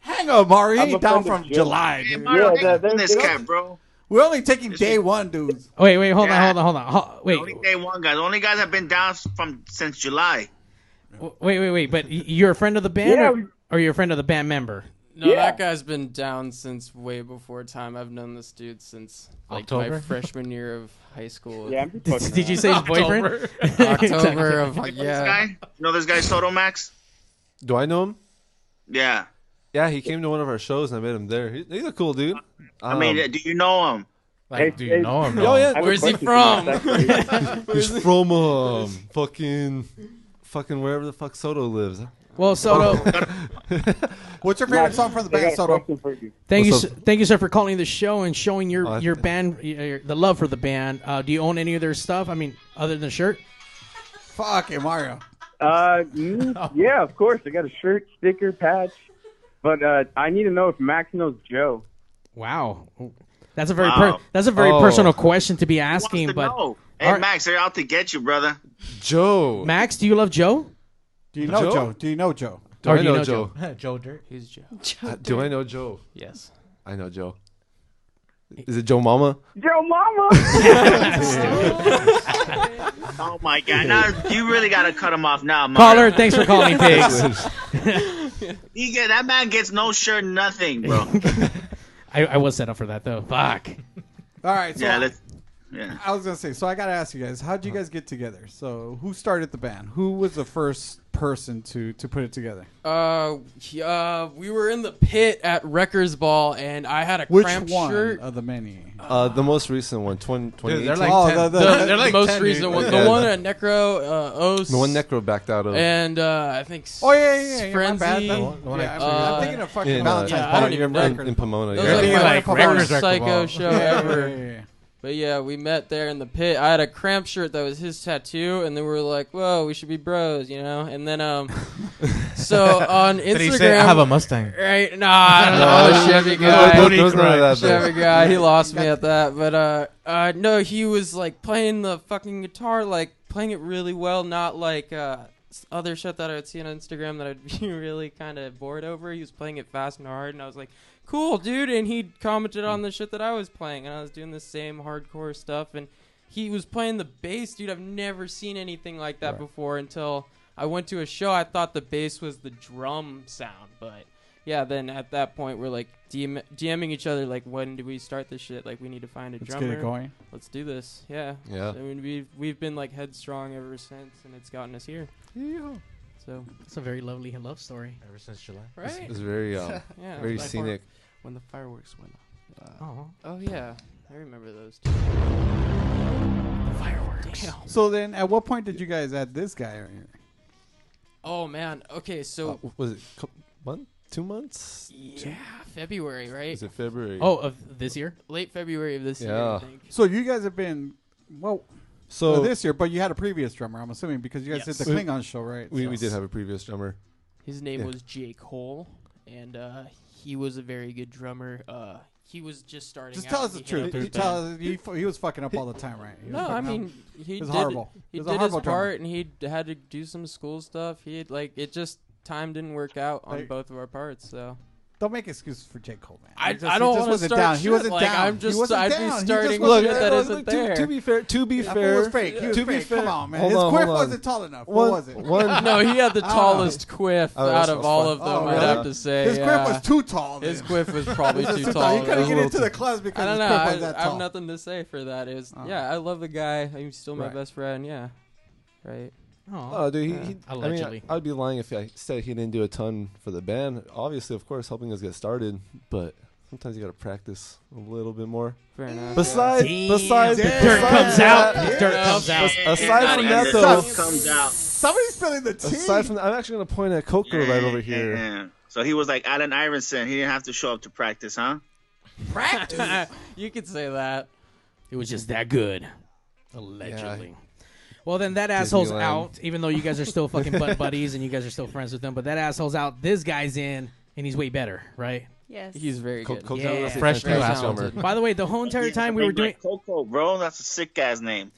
D: Hang on, Mario.
A: I'm
D: You
A: a
D: ain't down
A: friend of
D: from
A: Jim.
D: July.
A: Hey,
D: dude.
A: Mario, Yeah,
I: they're- this they're- cat, bro.
D: We're only taking day one, dudes.
A: wait, wait, hold on, hold on, hold on. Ho- wait,
I: Only day one, guys. Only guys have been down s- from since July.
A: wait, wait, wait. But y- you're a friend of the band,
I: Yeah,
A: or, or you're a friend of the band member?
C: No,
O: Yeah.
C: that guy's been down since way before time. I've known this dude since like my
A: October?
C: freshman year of high school.
O: Yeah, I'm just Did- fucking
A: *laughs* did you around. say his boyfriend?
I: *laughs*
C: October,
A: *laughs*
C: October of
I: You know This
C: yeah.
I: guy? You know this guy Soto Max?
E: Do I know him?
I: Yeah.
E: Yeah, he came to one of our shows and I met him there. He, he's a cool dude.
I: I mean,
E: Um,
I: do you know him?
E: Like, Hey, do you hey, know him, though? yeah. Where's he *laughs* he's from um, fucking, fucking wherever the fuck Soto lives.
A: Well,
E: *laughs*
A: Soto.
D: What's your favorite song from the band, Soto?
A: Thank you,
E: What's
A: sir, thank you, sir, for calling the show and showing your
E: Oh, I-
A: your band, your, the love for the band. Uh, do you own any of their stuff? I mean, other than the shirt.
D: Fucking Mario.
O: Uh,
A: *laughs* Oh.
O: mm, yeah, of course. I got a shirt, sticker, patch. But uh, I need to know if Max knows Joe.
A: Wow, that's a very
I: Wow.
A: per- that's a very
I: Oh.
A: personal question to be asking. But
I: No. Hey
A: All right.
I: Max, they're out to get you, brother.
E: Joe,
A: Max, do you love Joe?
D: Do you know Joe? Do you know Joe?
E: Do
A: Or
E: I
A: do you
E: know,
A: know
E: Joe?
B: *laughs* Joe Dirt.
C: Who's Joe?
E: Uh, do I know Joe?
C: Yes.
E: I know Joe. Is it Joe Mama?
O: Joe Mama.
I: *laughs* oh my god! Now you really gotta cut him off now, Mario.
A: Caller, thanks *laughs* for calling, pigs.
I: He get, that man gets no shirt, nothing, bro.
A: I, I was set up for that though. Fuck.
D: All right. So
I: Yeah, let's- yeah.
D: I was gonna say. So I gotta ask you guys, how would you guys get together? So who started the band? Who was the first person to to put it together?
C: Uh, he- uh, we were in the pit at Wreckers Ball, and I had a
D: Which
C: cramped
D: one
C: shirt.
D: of the many?
E: *laughs* Uh, the most recent one, 20, 2018.
B: they're like Oh, 10. the- the-
C: The, most recent one,
E: Yeah.
C: the one at Necro uh, Os,
E: The one Necro backed out of.
C: and uh, I think.
D: Oh, yeah, yeah, yeah, yeah, my
C: Frenzy.
D: bad. That one- the one I- Yeah, I'm
C: uh,
D: thinking of fucking
E: in, uh,
C: Yeah, I don't
E: in-
C: even
E: in,
C: know.
E: in Pomona.
C: Those
E: yeah.
C: are
B: like
C: like my
B: records
C: first
B: record
C: psycho
B: ball.
C: show
B: Yeah,
C: ever.
B: yeah, yeah, yeah.
C: But yeah, we met there in the pit. I had a cramp shirt that was his tattoo, and then we were like, "Whoa, we should be bros," you know. And then
E: *laughs*
C: um, so on Instagram,
B: Did he say, "I have a Mustang"?
C: Right? Nah, I don't
B: No,
C: know.
B: that-
C: Chevy
B: that- that-
C: guy,
B: that- that was none of that, though.
C: Chevy guy. He lost me at that. But uh, uh, no, he was like playing the fucking guitar, like playing it really well, not like uh s- other shit that I would see on Instagram that I'd *laughs* be really kind of bored over. He was playing it fast and hard, and I was like, "Cool, dude!" And he commented on the shit that I was playing, and I was doing the same hardcore stuff, and he was playing the bass, dude. I've never seen anything like that before until I went to a show. I thought the bass was the drum sound, but yeah, then at that point we're like DM- DMing each other, like, when do we start this shit? Like, we need to find a
D: Let's get
C: drummer.
D: it going.
C: Let's do this. Yeah.
E: Yeah.
C: I mean, we've we've been like headstrong ever since, and it's gotten us here. So
A: it's a very lovely love story.
B: Ever since July,
C: Right?
E: It's very, um,
C: Yeah.
E: very
C: Like,
E: scenic.
J: when the fireworks went Uh, off.
A: Oh.
C: Oh yeah, I remember those. Two. Fireworks.
D: So then, at what point did you guys add this guy? Right here?
C: Oh man. Okay, so
E: Uh, was it a couple, month, two months?
C: yeah, February, right?
E: Is it February?
C: Oh,
A: of this year?
C: Late February of this year. I
E: Yeah.
C: think.
D: So you guys have been well.
E: So-
D: well, this year, but you had a previous drummer, I'm assuming, because you guys
C: Yes.
D: did the
C: We-
D: Klingon show, right?
E: we,
D: So-
E: we did have a previous drummer.
C: His name
E: Yeah.
C: was Jake Hole, and uh, he was a very good drummer. Uh, he was just starting.
D: Just
C: out
D: tell us the
C: and he
D: truth.
C: had a
D: You
C: big
D: tell
C: band.
D: us, he, fu- he was fucking up all the time, right? He was
C: No, I
D: fucking up.
C: mean he
D: it was
C: did
D: horrible.
C: he
D: it was
C: did
D: a horrible
C: his
D: drummer.
C: part, and he d- had to do some school stuff. He had, like it just time didn't work out on
D: Like-
C: both of our parts. So
D: Don't make excuses for Jake Cole, man.
C: I,
D: He just-
C: I
D: he just
C: don't want to
D: wasn't
C: start
D: down.
C: Shit.
D: He wasn't
C: like,
D: down.
C: I'm just
D: he wasn't
C: I'd
D: down. He
C: be
D: just
C: starting
D: wasn't
C: shit that
D: down.
C: isn't
E: to-
C: there.
E: To, be fair, to be
D: That fool
E: fair,
D: was fake. He was
E: to be
D: fake.
E: fair,
D: Come on, man.
E: Hold
D: His
E: on,
D: quiff
E: hold on.
D: wasn't tall enough. What
E: One-
D: was it? *laughs*
E: one-
C: no, he had the
D: I don't
C: tallest quiff
E: Oh, that's
C: out of
E: what's
C: all
E: fun.
C: of them.
E: Oh,
C: I'd
E: really?
C: have to say
D: His quiff
C: yeah.
D: was
C: *laughs*
D: too tall,
C: His
D: then.
C: quiff was probably
D: *laughs* It was
C: too
D: just tall.
C: tall.
D: He couldn't
C: It was
D: get
C: a
D: into
C: little
D: the
C: too-
D: clubs because
C: I don't
D: his
C: know.
D: quiff
C: I,
D: wasn't that
C: I have
D: tall. Oh.
C: nothing to say for that. It was yeah. I love the guy. He's still my
D: Right.
C: best friend. Yeah, right.
E: Oh, dude, he, he, I mean,
A: Allegedly.
E: I- I'd be lying if I said he didn't do a ton for the band. Obviously, of course, helping us get started, but sometimes you got to practice a little bit more.
C: Fair enough.
E: Besides,
C: Yeah.
E: besides,
C: Damn.
E: besides
C: Dirt comes
E: that-
C: out. Dirt
E: Yeah.
C: comes out.
E: As- Aside from that, though,
I: Stuff comes out.
D: Somebody's spilling the tea.
E: aside from that, I'm actually gonna point at Coco right over here.
I: Yeah. So he was like Allen Iverson. He didn't have to show up to practice, huh?
C: *laughs* you could say that.
A: It was just that good. Allegedly. *laughs* Well, then that
E: Disneyland.
A: asshole's out, even though you guys are still fucking butt buddies and you guys are still friends with them. But that asshole's out. This guy's in, and he's way better, right?
L: Yes.
C: He's very
E: Co-
C: good.
E: Coke's
A: Yeah.
E: out of the
A: Fresh
E: fantastic
A: class.
E: drummer.
A: By the way, the whole entire time we
I: Name
A: were doing
I: like Coco, bro. That's a sick ass name.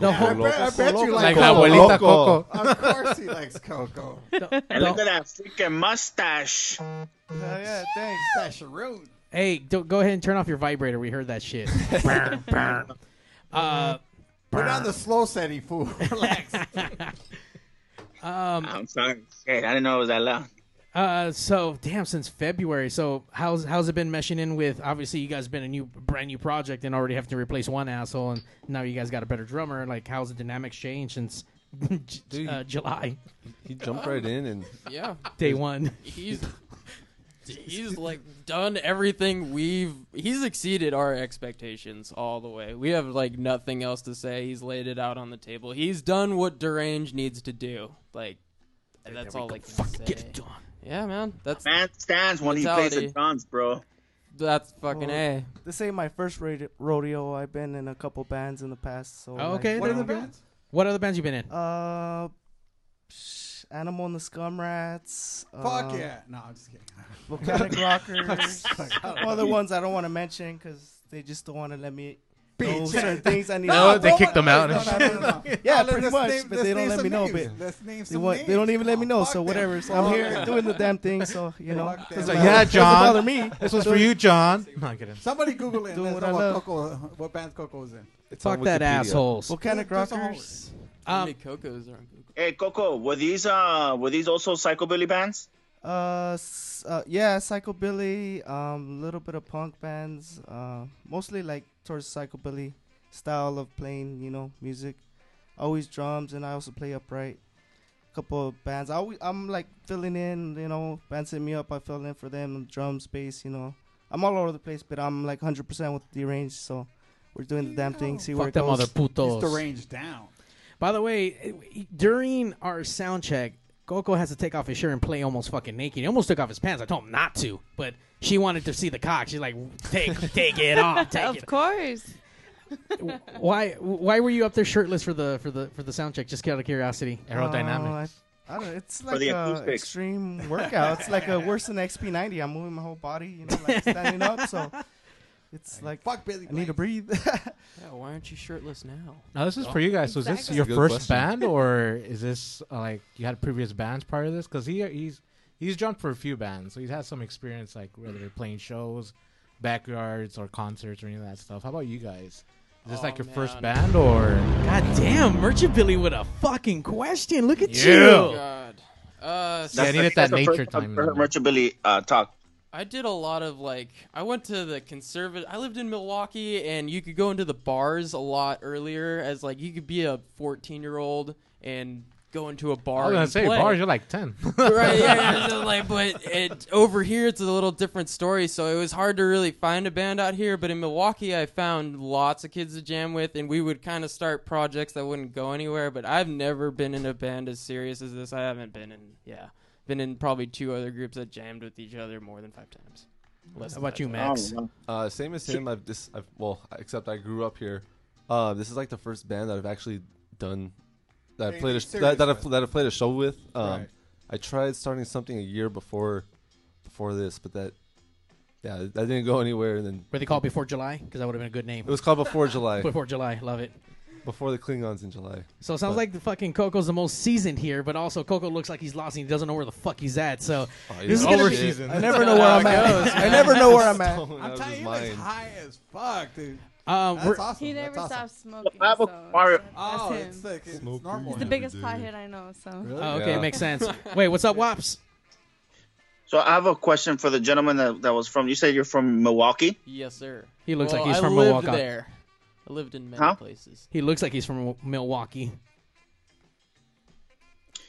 A: the whole
D: I bet you like,
A: Like la
D: Coco.
A: abuelita
D: Coco.
A: Coco.
D: Of course he likes Coco.
I: And look at that freaking mustache.
D: Hell yeah, thanks. That's rude.
A: Hey, do, go ahead and turn off your vibrator. We heard that shit. uh,
D: Put on the slow setting,
C: *laughs*
D: fool. Relax.
A: um, *laughs*
I: I'm sorry. Hey, I didn't know it was that loud.
A: Uh, so damn, since February. So how's how's it been meshing in with? Obviously, you guys been a new, brand new project, and already have to replace one asshole, and now you guys got a better drummer. Like, how's the dynamics changed since *laughs* j- uh, July?
E: He jumped right in and
C: Yeah.
A: day one.
C: He's *laughs* he's like done everything we've he's exceeded our expectations all the way. We have like nothing else to say. He's laid it out on the table. He's done what Derange needs to do. Like and that's all like fuck
A: get it done.
C: Yeah, man. That's
I: man stands when he plays the drums,
A: Um,
I: bro.
C: That's fucking
J: Well,
C: A.
J: This ain't my first radi- rodeo. I've been in a couple bands in the past. So
A: Oh, okay.
J: What
A: then.
J: are the
A: What other bands you been in?
J: Uh, psh, Animal and the Scum Rats.
D: Fuck
J: uh,
D: yeah. No, I'm just kidding. *laughs*
J: Volcanic Rockers.
D: Fuck.
J: Other ones I don't want to mention because they just don't want to let me. know
D: Bitch. *laughs*
J: certain things I need.
B: No,
J: to-
B: they kicked them out.
J: No, no, no, no, no. Yeah,
D: Let's
J: pretty
D: name-
J: much, but
D: let's
J: they don't
D: name
J: let
D: some
J: me know.
D: names.
J: But
D: Let's name
J: they,
D: some Oh,
J: want, they don't even let me know. So
D: fuck
J: whatever.
D: them.
J: So I'm here
D: Fuck
J: doing the damn thing. So you know,
D: Fuck
J: doesn't
D: them. *laughs*
J: matter-
B: yeah,
J: doesn't
B: John.
J: bother me.
B: This one's for you, John. No, I'm kidding.
D: Somebody Google it. And
J: Doing
D: let
J: what
D: what,
J: I
D: know what,
J: love.
D: Coco, what band Coco was in.
A: Fuck that assholes.
J: Volcanic
D: Just- just all
J: Rockers.
I: Um,
C: Cocos are on
I: Hey Coco, were these uh were these also psychobilly bands?
J: Uh, s- uh, yeah, psychobilly, um, little bit of punk bands, uh, mostly like towards psychobilly style of playing, you know, music. Always drums, and I also play upright. Couple of bands. I always, I'm like filling in, you know, bands hit me up. I fill in for them, drums, bass, you know. I'm all over the place, but I'm like 100% with deranged, so we're doing the damn thing. See
A: Fuck
J: where it
A: them
J: goes.
A: other putos.
D: down.
A: By the way, during our sound check, Coco has to take off his shirt and play almost fucking naked. He almost took off his pants. I told him not to, but she wanted to see the cock. She's like, take, take
I: *laughs*
A: it off. Take
L: of
A: it.
L: course.
A: Why, why were you up there shirtless for the for the for the sound check? Just out of curiosity.
J: Aerodynamics.
A: Oh,
J: I don't know. It's like a extreme workout. It's like a worse than XP90. I'm moving my whole body, you know, like standing up. So it's like
D: fuck Billy.
J: I need to breathe.
C: *laughs* Yeah, why aren't you shirtless now?
B: Now this is
D: Oh,
B: for you guys. So is this
C: Exactly.
B: your
C: Good
B: first
C: question.
B: band, or is this uh, like you had previous bands prior to this? Because he he's he's jumped for a few bands, so he's had some experience, like whether they're playing shows, backyards, or concerts, or any of that stuff. How about you guys? Is this like
D: Oh,
B: your first band, or
A: God damn, Merchabilly with a fucking question. Look at
B: Yeah.
A: you.
C: Oh God. Uh,
I: That's the- that's the first I've heard Merchabilly uh, talk.
C: I did a lot of like I went to the conservative. I lived in Milwaukee, and you could go into the bars a lot earlier. As like you could be a fourteen year old and go into a bar.
B: I was gonna
C: and
B: say
C: play.
B: bars, you're like 10.
C: right?
B: *laughs*
C: Yeah, yeah, so, like, but it, over here it's a little different story. So it was hard to really find a band out here. But in Milwaukee, I found lots of kids to jam with, and we would kind of start projects that wouldn't go anywhere. But I've never been in a band as serious as this. I haven't been in yeah, been in probably two other groups that jammed with each other more than five times. Less than
I: Oh,
C: five times.
E: Uh, same as him. I've just, I've, well, except I grew up here. Uh, this is like the first band that I've actually done that I played a,
D: Anything
E: that, that, I've,
D: serious.
E: that I played a show with. Um,
D: Right.
E: I tried starting something a year before before this, but that yeah, that didn't go anywhere. And then
A: Were they called Before July? Because that would have been a good name.
E: It was called Before
A: *laughs*
E: July.
A: Before July, love it.
E: Before the Klingons in July.
A: So it sounds
E: But-
A: like the fucking Coco's the most seasoned here, but also Coco looks like he's lost and he doesn't know where the fuck he's at. So
E: Oh, he's
A: this is gonna be-
D: overseasoned.
J: I never know where I'm at. I never
E: *laughs*
J: know where I'm at.
D: I'm telling you, it's high as fuck, dude.
A: Um,
D: That's
A: we're-
D: awesome.
L: He never
D: That's awesome.
L: stops smoking.
D: Well, I have a
L: so
D: bar-
L: that's
D: Oh,
L: him.
D: it's like- it's Smoke normal.
L: He's the
D: every
L: biggest
D: day.
L: pothead I know. So.
A: Oh, okay,
I: Yeah.
A: makes sense. Wait, what's up, Wops?
I: So I have a question for the gentleman that, that was from. You said you're from Milwaukee.
C: Yes, sir.
A: He looks
C: Well,
A: like he's
C: I
A: from
C: lived
A: Milwaukee.
C: There, I lived in many
I: Huh?
C: places.
A: He looks like he's from Milwaukee.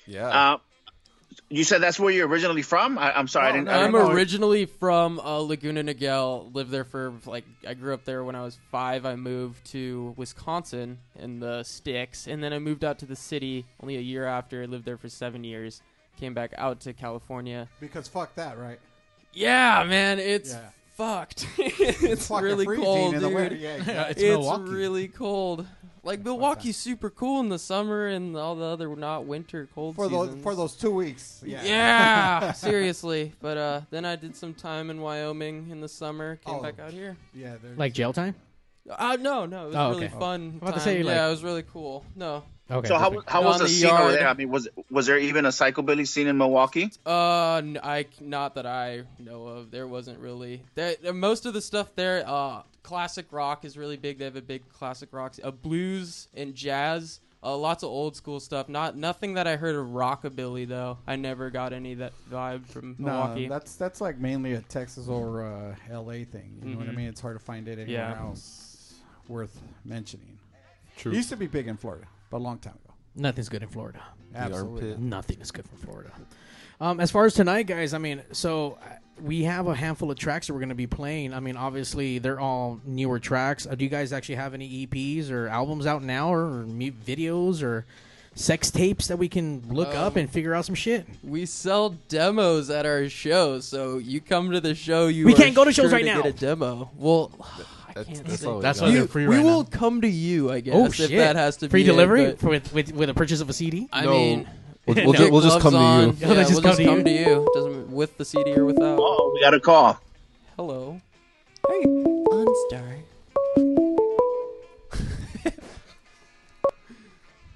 E: Yeah.
I: Uh, you said that's where you're originally from. I, I'm sorry, I didn't. I
C: I'm
I: didn't know.
C: originally from uh, Laguna Niguel. Lived there for like I grew up there when I was five. I moved to Wisconsin in the sticks, and then I moved out to the city only a year after. I lived there for seven years. Came back out to California.
D: Because fuck that, right?
C: Yeah, man, it's
D: Yeah.
C: fucked. *laughs* it's,
D: fucking
C: really
D: freezing
C: cold,
D: in
C: dude.
D: the winter. Yeah, exactly.
C: it's
D: It's Milwaukee.
C: really cold. Like Milwaukee's super cool in the summer and all the other not winter cold
D: For those,
C: seasons.
D: for those two weeks. Yeah. *laughs*
C: Yeah, seriously. But uh, then I did some time in Wyoming in the summer. Came
D: Oh.
C: back out here.
D: Yeah, there's-
A: Like jail time?
C: Uh, no, no, it was
A: Oh,
C: really
A: okay.
C: fun.
A: I was about to
C: time.
A: say,
C: yeah,
A: like-
C: it was really cool. No.
I: so how, was- how was
C: On
I: the,
C: the
I: scene over
C: yard.
I: there? I mean, was was there even a psychobilly scene in Milwaukee?
C: Uh, n- I not that I know of. There wasn't really. There, uh, most of the stuff there. Uh, classic rock is really big. They have a big classic rock. s- Uh, blues and jazz Uh, lots of old school stuff. Not nothing that I heard of rockabilly though. I never got any of that vibe from
D: No,
C: Milwaukee.
D: that's that's like mainly a Texas or uh, L.A. thing. You know what I
A: Mm-hmm.
C: Mhm.
D: mean? It's hard to find it anywhere
C: Yeah.
D: else worth mentioning.
E: True.
D: Used to be big in Florida, but a long time ago.
A: Nothing's good in Florida.
D: Absolutely.
A: Nothing is good for Florida. Um, as far as tonight, guys, I mean, so uh, we have a handful of tracks that we're going to be playing. I mean, obviously, they're all newer tracks. Uh, do you guys actually have any EPs or albums out now, or, or mu- videos, or sex tapes that we can look up
C: Um,
A: and figure out some shit?
C: We sell demos at our shows, so you come to the show. You
A: We
C: are
A: can't go to shows
C: sure
A: right now.
C: Get a demo. Well, I can't.
A: that's
C: say.
A: all we That's got. why
C: You-
A: they're free
C: We
A: right
C: will come to you, I guess.
A: oh
C: if
A: shit!
C: that has to be
A: free
C: it,
A: delivery
C: but-
A: for- with, with with a purchase of a CD.
C: I mean,
E: We'll-
C: *laughs*
E: we'll ju- we'll just
C: gloves
A: *laughs*
E: come to you.
C: on.
E: Yeah,
C: Yeah,
E: let's
C: we'll
E: just come
C: just
E: to
C: come to
E: you.
C: you. Doesn't with the CD or without.
I: Oh, we got a call.
C: Hello. Hey, OnStar.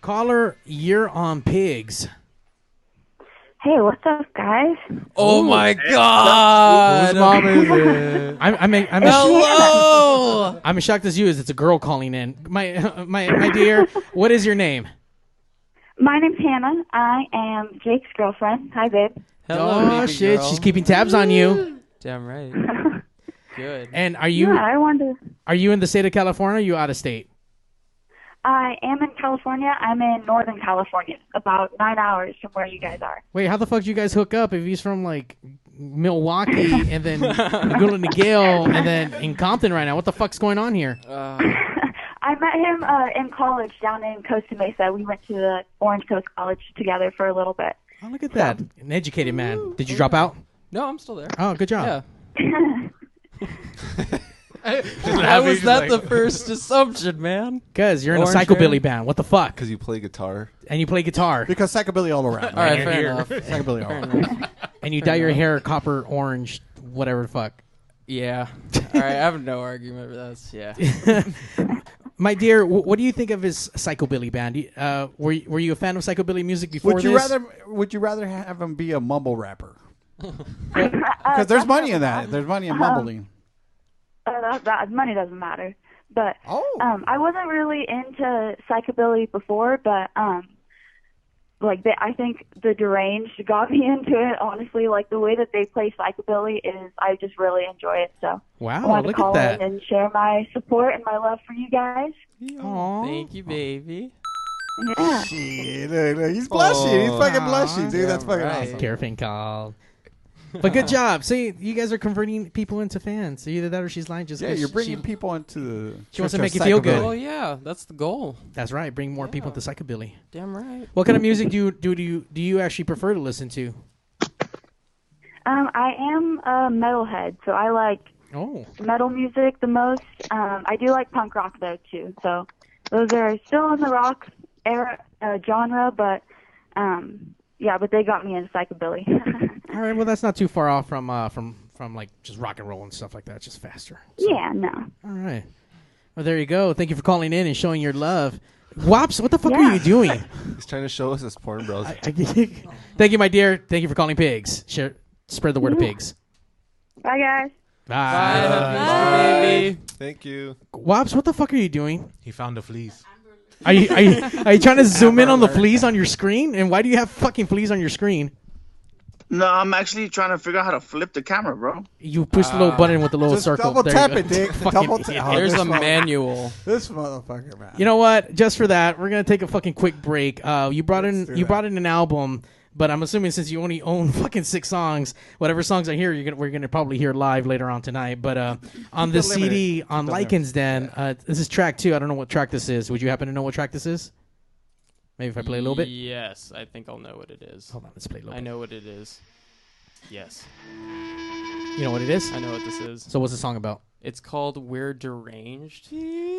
A: Caller, you're on pigs.
K: *laughs* Hey, what's up, guys?
C: Oh my god!
A: Whose mom is it? I'm, I'm, I'm,
C: Hello!
A: *laughs* I'm as shocked as you is. It's a girl calling in. My, my, my
K: *laughs*
A: dear, what is your name?
K: My name's Hannah. I am Jake's girlfriend. Hi, babe.
A: oh shit, she's keeping tabs on you.
C: Damn right. Good.
A: And are you
K: Yeah, I wonder.
A: are you in the state of California? Or you out of state?
K: I am in California. I'm in Northern California, about nine hours from where you guys are.
A: Wait, how the fuck do you guys hook up if he's from like Milwaukee
K: *laughs*
A: and then going to Gale and then in Compton right now? What the fuck's going on here?
K: I met him uh, in college down in Costa Mesa. We went to the Orange Coast College together for a little bit. *laughs*
A: Oh, look at that. An educated man. Did you drop out?
C: No, I'm still there.
A: Oh, good job. *laughs*
C: How was that the first assumption, man?
A: Because you're in
C: Orange
A: a psychobilly
C: hair.
A: band. What the fuck?
E: Because you play guitar.
A: And you play guitar.
D: Because psychobilly all around.
A: All right,
D: You're
A: fair
D: here.
A: enough.
D: Psychobilly all
A: Fair
D: around.
A: And you
C: Fair
A: dye your
C: enough.
A: hair copper, orange, whatever the fuck.
C: Yeah. All right, I have no argument for that. Yeah. *laughs*
A: My dear, w- what do you think of his psychobilly band? You- Uh, were you, were you a fan of psychobilly music before
D: Would you
A: this?
D: rather? Would you rather have him be a mumble
A: *laughs*
D: rapper?
K: Uh,
D: Because there's money in that. There's money in
K: Um,
D: mumbling.
K: Uh, that, that money doesn't matter. But
A: Oh.
K: um, I wasn't really into psychobilly before, but um, like they, I think the deranged got *laughs* me into it. Honestly, like the way that they play psychobilly is, I just really enjoy it. So I
A: Wow,
K: wanted to
A: look at
K: call
A: that.
K: in and share my support and my love for you guys.
C: Thank you, baby.
K: Yeah.
D: Shit, look, look, he's blushing. He's fucking blushing, dude. That's fucking awesome.
A: Carefin called. *laughs* But good job. See, you guys are converting people into fans. So either that or she's lying. Just
D: Yeah,
A: 'cause
D: you're
A: she-
D: bringing people into the.
A: She wants to
D: church
A: make
D: of
A: you feel good.
D: psychobilly.
C: Oh, yeah, that's the goal.
A: That's right. Bring more people to psychobilly.
C: Damn right.
A: What kind of music do you do, do you do you actually prefer to listen to?
K: Um, I am a metalhead, so I like
A: Oh,
K: metal music the most. Um, I do like punk rock though too. So those are still in the rock era uh, genre, but um, yeah, but they got me into psychobilly. *laughs*
A: all right. Well, that's not too far off from uh, from from like just rock and roll and stuff like that. It's just faster.
K: yeah, no.
A: All right. Well, there you go. Thank you for calling in and showing your love. Wops, what the fuck are you
K: *laughs*
A: doing?
E: He's trying to show us his porn bros.
A: Thank you, my dear. Thank you for calling pigs. Share, spread the word
K: Mm-hmm.
A: of pigs.
K: Bye guys.
A: Bye.
C: baby.
E: Thank you.
A: Wops, what the fuck are you doing?
B: He found the fleas.
A: Are you are you, are you trying to zoom in on the fleas on your screen? And why do you have fucking fleas on your screen?
I: No, I'm actually trying to figure out how to flip the camera, bro.
A: You push the little
I: Ah.
A: button with the little circle. There you go. *laughs* Fucking idiot.
C: manual.
D: This motherfucker, man.
A: You know what? Just for that, we're gonna take a fucking quick break. Uh, you brought in
D: do
A: you
D: that.
A: brought in an album, but I'm assuming since you only own *laughs* fucking six songs, whatever songs I hear, you're gonna, we're gonna probably hear live later on tonight.
D: *laughs*
A: But uh, on the
D: it limited.
A: CD
D: Keep
A: on
D: it limited.
A: Lycans Den, uh, this is track two. I don't know what track this is. Would you happen to know what track this is? Maybe if I play a little bit.
C: Yes, I think I'll know what it is. Hold
A: on, let's play a little
C: I know what it is. Yes.
A: You know what it is?
C: I know what this is.
A: So what's the song about?
C: It's called We're Deranged.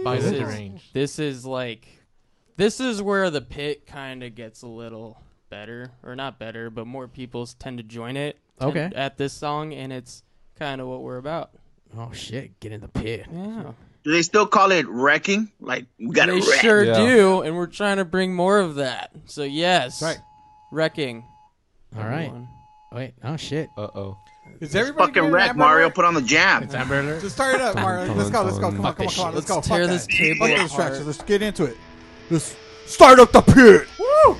B: By
C: this
B: the
C: is,
B: Deranged.
C: This is like this is where the pit kind of gets a little better or not better, but more people tend to join it tend-
A: Okay.
C: at this song and it's kind of what we're about.
A: Oh shit! Get in the pit.
C: Yeah.
I: Do they still call it wrecking? Like we got to
C: They
I: wreck.
C: sure do, and we're trying to bring more of that. So yes.
I: That's
C: Wrecking.
A: All right. Wait. Oh shit.
E: Uh oh.
D: Is
I: everybody fucking wreck, Mario. Put on the jam.
D: It's Amber Just start it up, Mario. Let's go. Let's go. Come on. Come on. Come on. Let's go.
C: Let's tear
D: Fuck
C: this
D: that.
C: table
D: Fuck those tracks.
C: apart.
D: Let's get into it. Let's
E: Start up the pit.
D: Woo!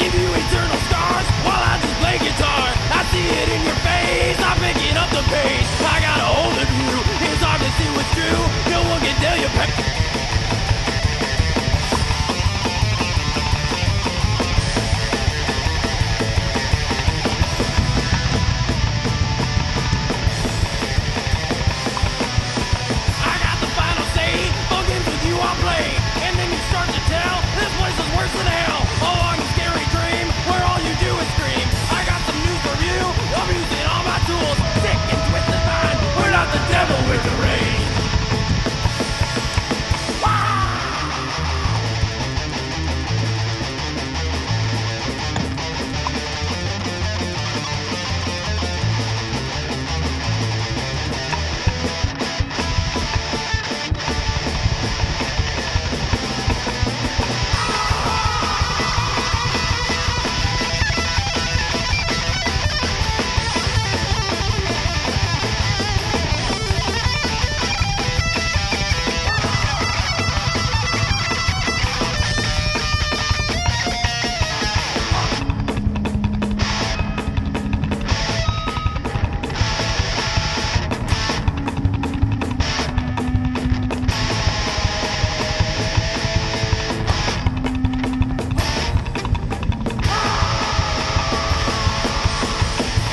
G: Give you eternal scars while I just play guitar. I see it in your face, I'm picking up the pace. I got a hold of you, it's hard to see what's true. No one can tell your pain. I got the final say. All games with you I'll play. And then you start to tell this place is worse than hell. Along a scary dream where all you do is scream. I got some news for you. I'm using all my tools. Sick and twisted mind. We're not the devil, we're the rain.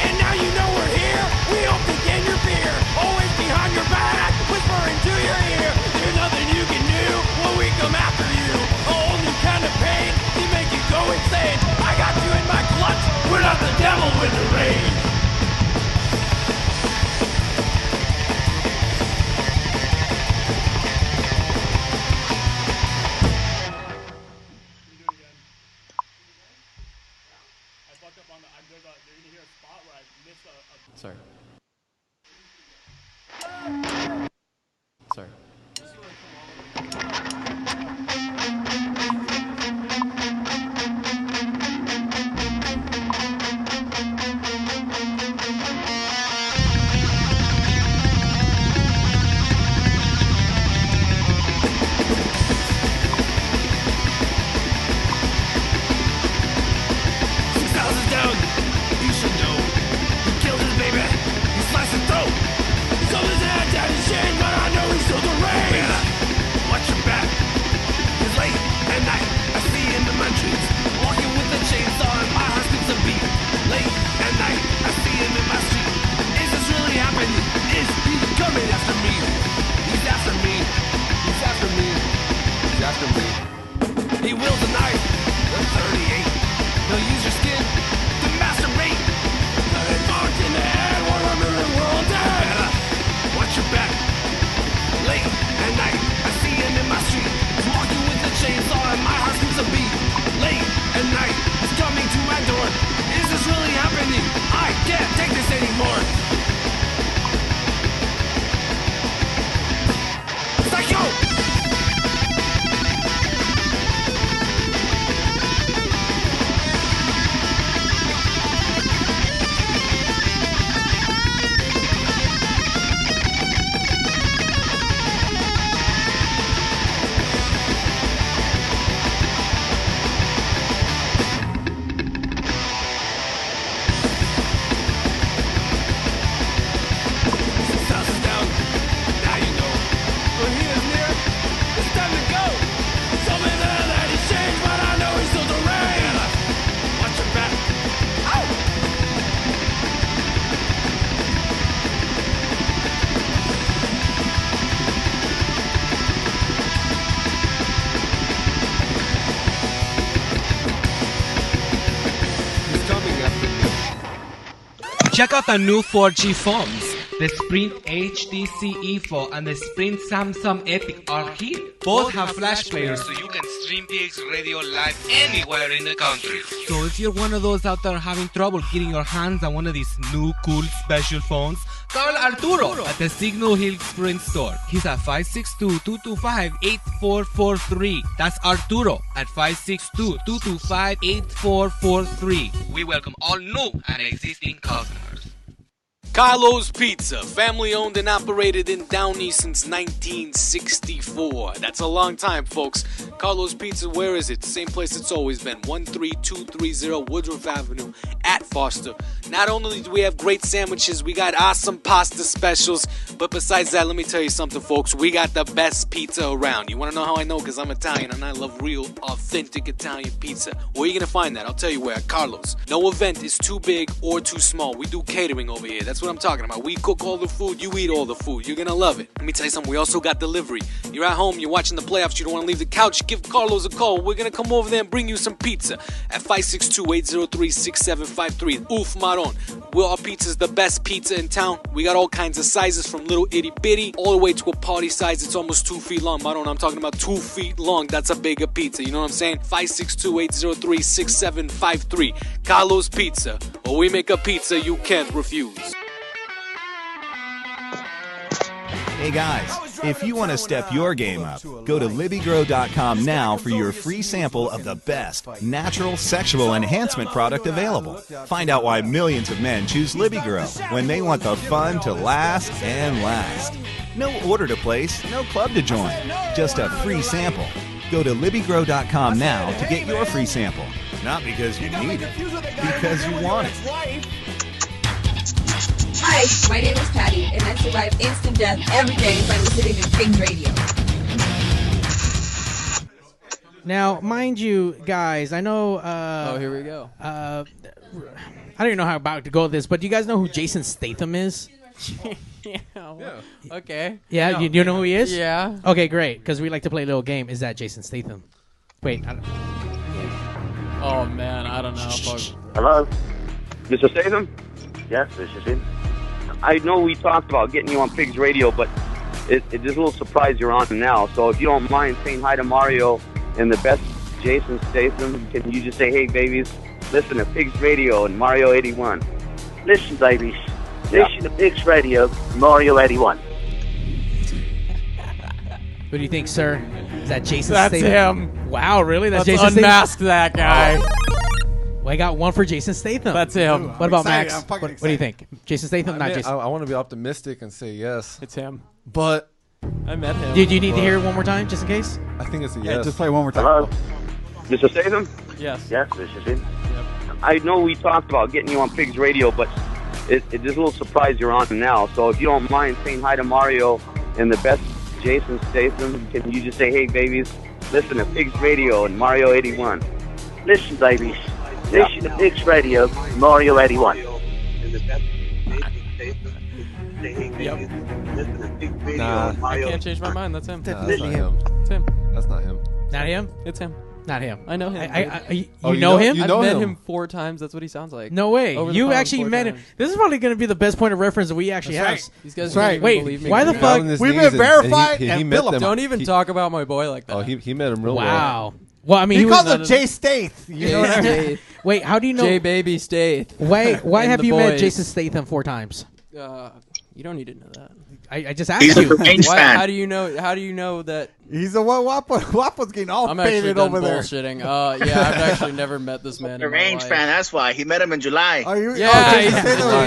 G: And now you know we're here. We hope to gain your fear. Always behind your back, whispering to your ear. There's nothing you can do when we come after you. A whole new kind of pain to make you go insane. I got you in my clutch. We're not the devil with the rain.
C: Sorry. Sorry.
G: Six thousand down. You should know. You killed his baby. You sliced his throat. He sold his head down his shin, but I know he sold the rain. watch your back. It's late at night. I see him in my dreams. Walking with a chainsaw and my heart skips a beat. Late at night. I see him in my street. Is this really happening? Is he coming after me? He's after me. He's after me. He's after me. He will tonight. I'm 38. They'll use your skin to masturbate. They're marked in the head, one under and we're all dead. Better watch your back. Late at night, I see him in my street. He's walking with a chainsaw and my heart skips a beat. Late at night, he's coming to my door. Is this really happening? I can't take this anymore. Psycho! Six houses down, now you know. When he is near, it's time to go. Tell me that that he's changed, but I know he's still the rain. Watch your back. Ow!
H: Check out the new 4G phones.
Q: The Sprint HTC E4 E and the Sprint Samsung Epic are here. Both have flash players, so you can stream PX Radio live anywhere in the country. So if you're one of those out there having trouble getting your hands on one of these new cool special phones, call Arturo at the Signal Hill Sprint store. He's at 562-225-8443. That's Arturo at 562-225-8443. We welcome all new and existing customers.
R: Carlos Pizza, family owned and operated in Downey since 1964. That's a long time, folks. Carlos Pizza, where is it? Same place it's always been 13230 Woodruff Avenue at Foster. Not only do we have great sandwiches, we got awesome pasta specials, but besides that, let me tell you something, folks. We got the best pizza around. You want to know how I know? Because I'm Italian and I love real, authentic Italian pizza. Where you going to find that? I'll tell you where. Carlos. No event is too big or too small. We do catering over here. That's what I'm talking about. We cook all the food, you eat all the food. You're gonna love it. Let me tell you something. We also got delivery. You're at home, you're watching the playoffs, you don't wanna leave the couch, give Carlos a call. We're gonna come over there and bring you some pizza at 562-803-6753. Oof Maron. Will our pizza's the best pizza in town. We got all kinds of sizes from little itty bitty all the way to a party size. It's almost two feet long. Maron, I'm talking about two feet long. That's a bigger pizza. You know what I'm saying? 562-803-6753. Carlos Pizza. Or we make a pizza you can't refuse.
S: Hey guys, if you want to step your game up, go to LibbyGrow.com now for your free sample of the best natural sexual enhancement product available. Find out why millions of men choose Libby Grow when they want the fun to last and last. No order to place, no club to join, just a free sample. Go to LibbyGrow.com now to get your free sample. Not because you need it, because you want it.
T: Hi, my name is Patty, and I survive instant death every day by listening to Ping Radio.
A: Now, mind you, guys, I know. Uh,
C: Oh, here we go.
A: Uh, I don't even know how I'm about to go with this, but do you guys know who Jason Statham is?
C: *laughs* yeah.
I: *laughs*
C: Okay.
A: Yeah, you, you know who he is.
C: Yeah.
A: Okay, great. Because we like to play a little game. Is that Jason Statham? Wait. I don't...
C: Oh man, I don't know. Fuck.
P: Hello? Mr. Statham? Yes, this is him. I know we talked about getting you on Pigs Radio, but it, it is a little surprise you're on now. So if you don't mind saying hi to Mario and the best Jason Statham, can you just say, hey, babies, listen to Pigs Radio and Mario 81?
U: Listen, babies.
P: Yeah.
U: Listen to Pigs Radio, Mario 81.
A: What do you think, sir? Is that Jason
C: That's
A: Statham?
C: him.
A: Wow, really? That's
C: Let's
A: Jason
C: unmask
A: Statham?
C: that guy.
A: Well, I got one for Jason Statham.
C: That's him. Ooh, I'm
A: what about
C: excited.
A: Max?
C: I'm
A: What,
C: fucking
A: what do you think? Jason Statham,
E: I
A: not
E: mean,
A: Jason.
E: I, want to be optimistic and say yes.
C: It's him.
E: But
C: I met him.
A: Did you need to hear it one more time, just in case?
E: I think it's a
D: Yeah,
E: yes.
D: just play one more time.
P: Hello? Mr. Statham?
C: Yes.
P: Yes, this is him. I know we talked about getting you on Pigs Radio, but it, it is a little surprise you're on now. So if you don't mind saying hi to Mario and the best Jason Statham, can you just say, hey, babies, listen to Pigs Radio and Mario 81?
U: Listen, babies.
P: Yeah.
U: Listen to Pigs Radio, Mario 81.
E: Nah.
C: I can't change my mind. That's him.
E: Nah, that's not him.
C: It's him.
E: That's not him.
A: Not him.
C: It's him.
A: Not him.
C: I know him.
A: I- I-
C: dude.
A: I- you Oh, you know know- him? you know
C: I've met
A: him.
C: him. four times. That's what he sounds like.
A: No way.
C: Over the
A: you
C: phone
A: actually
C: four
A: met him.
C: times.
A: This is probably going to be the best point of reference that we actually
C: That's
A: have.
C: right. These guys
A: That's
C: don't
A: right.
C: even
A: Wait,
C: believe me.
A: why the
C: Down
A: fuck?
C: on his We've knees been and- verified and he- and he met billed.
A: e-
C: them. Don't even talk about my boy like that.
E: Oh, he, he met him real well.
A: Wow. Well, I mean,
D: he,
A: he was-
D: calls
A: No,
D: him
A: no, no.
D: Jay Stath. You know what I mean?
A: Wait, how do you know?
C: J Baby Stath. *laughs*
A: Why? Why
C: And
A: have
C: the
A: you met
C: boys.
A: Jason Statham four times?
C: Uh, you don't need to know that.
A: I, I just asked you.
C: Why, how do you know? How do you know that?
D: He's the one Wapo. Wapo's getting all
C: I'm actually
D: faded
C: done
D: over there.
C: bullshitting. Uh, yeah, I've actually never met this man.
I: The
C: in my
I: range
C: life.
I: fan, that's why. He met him in July.
D: Oh, you,
C: Yeah, he's-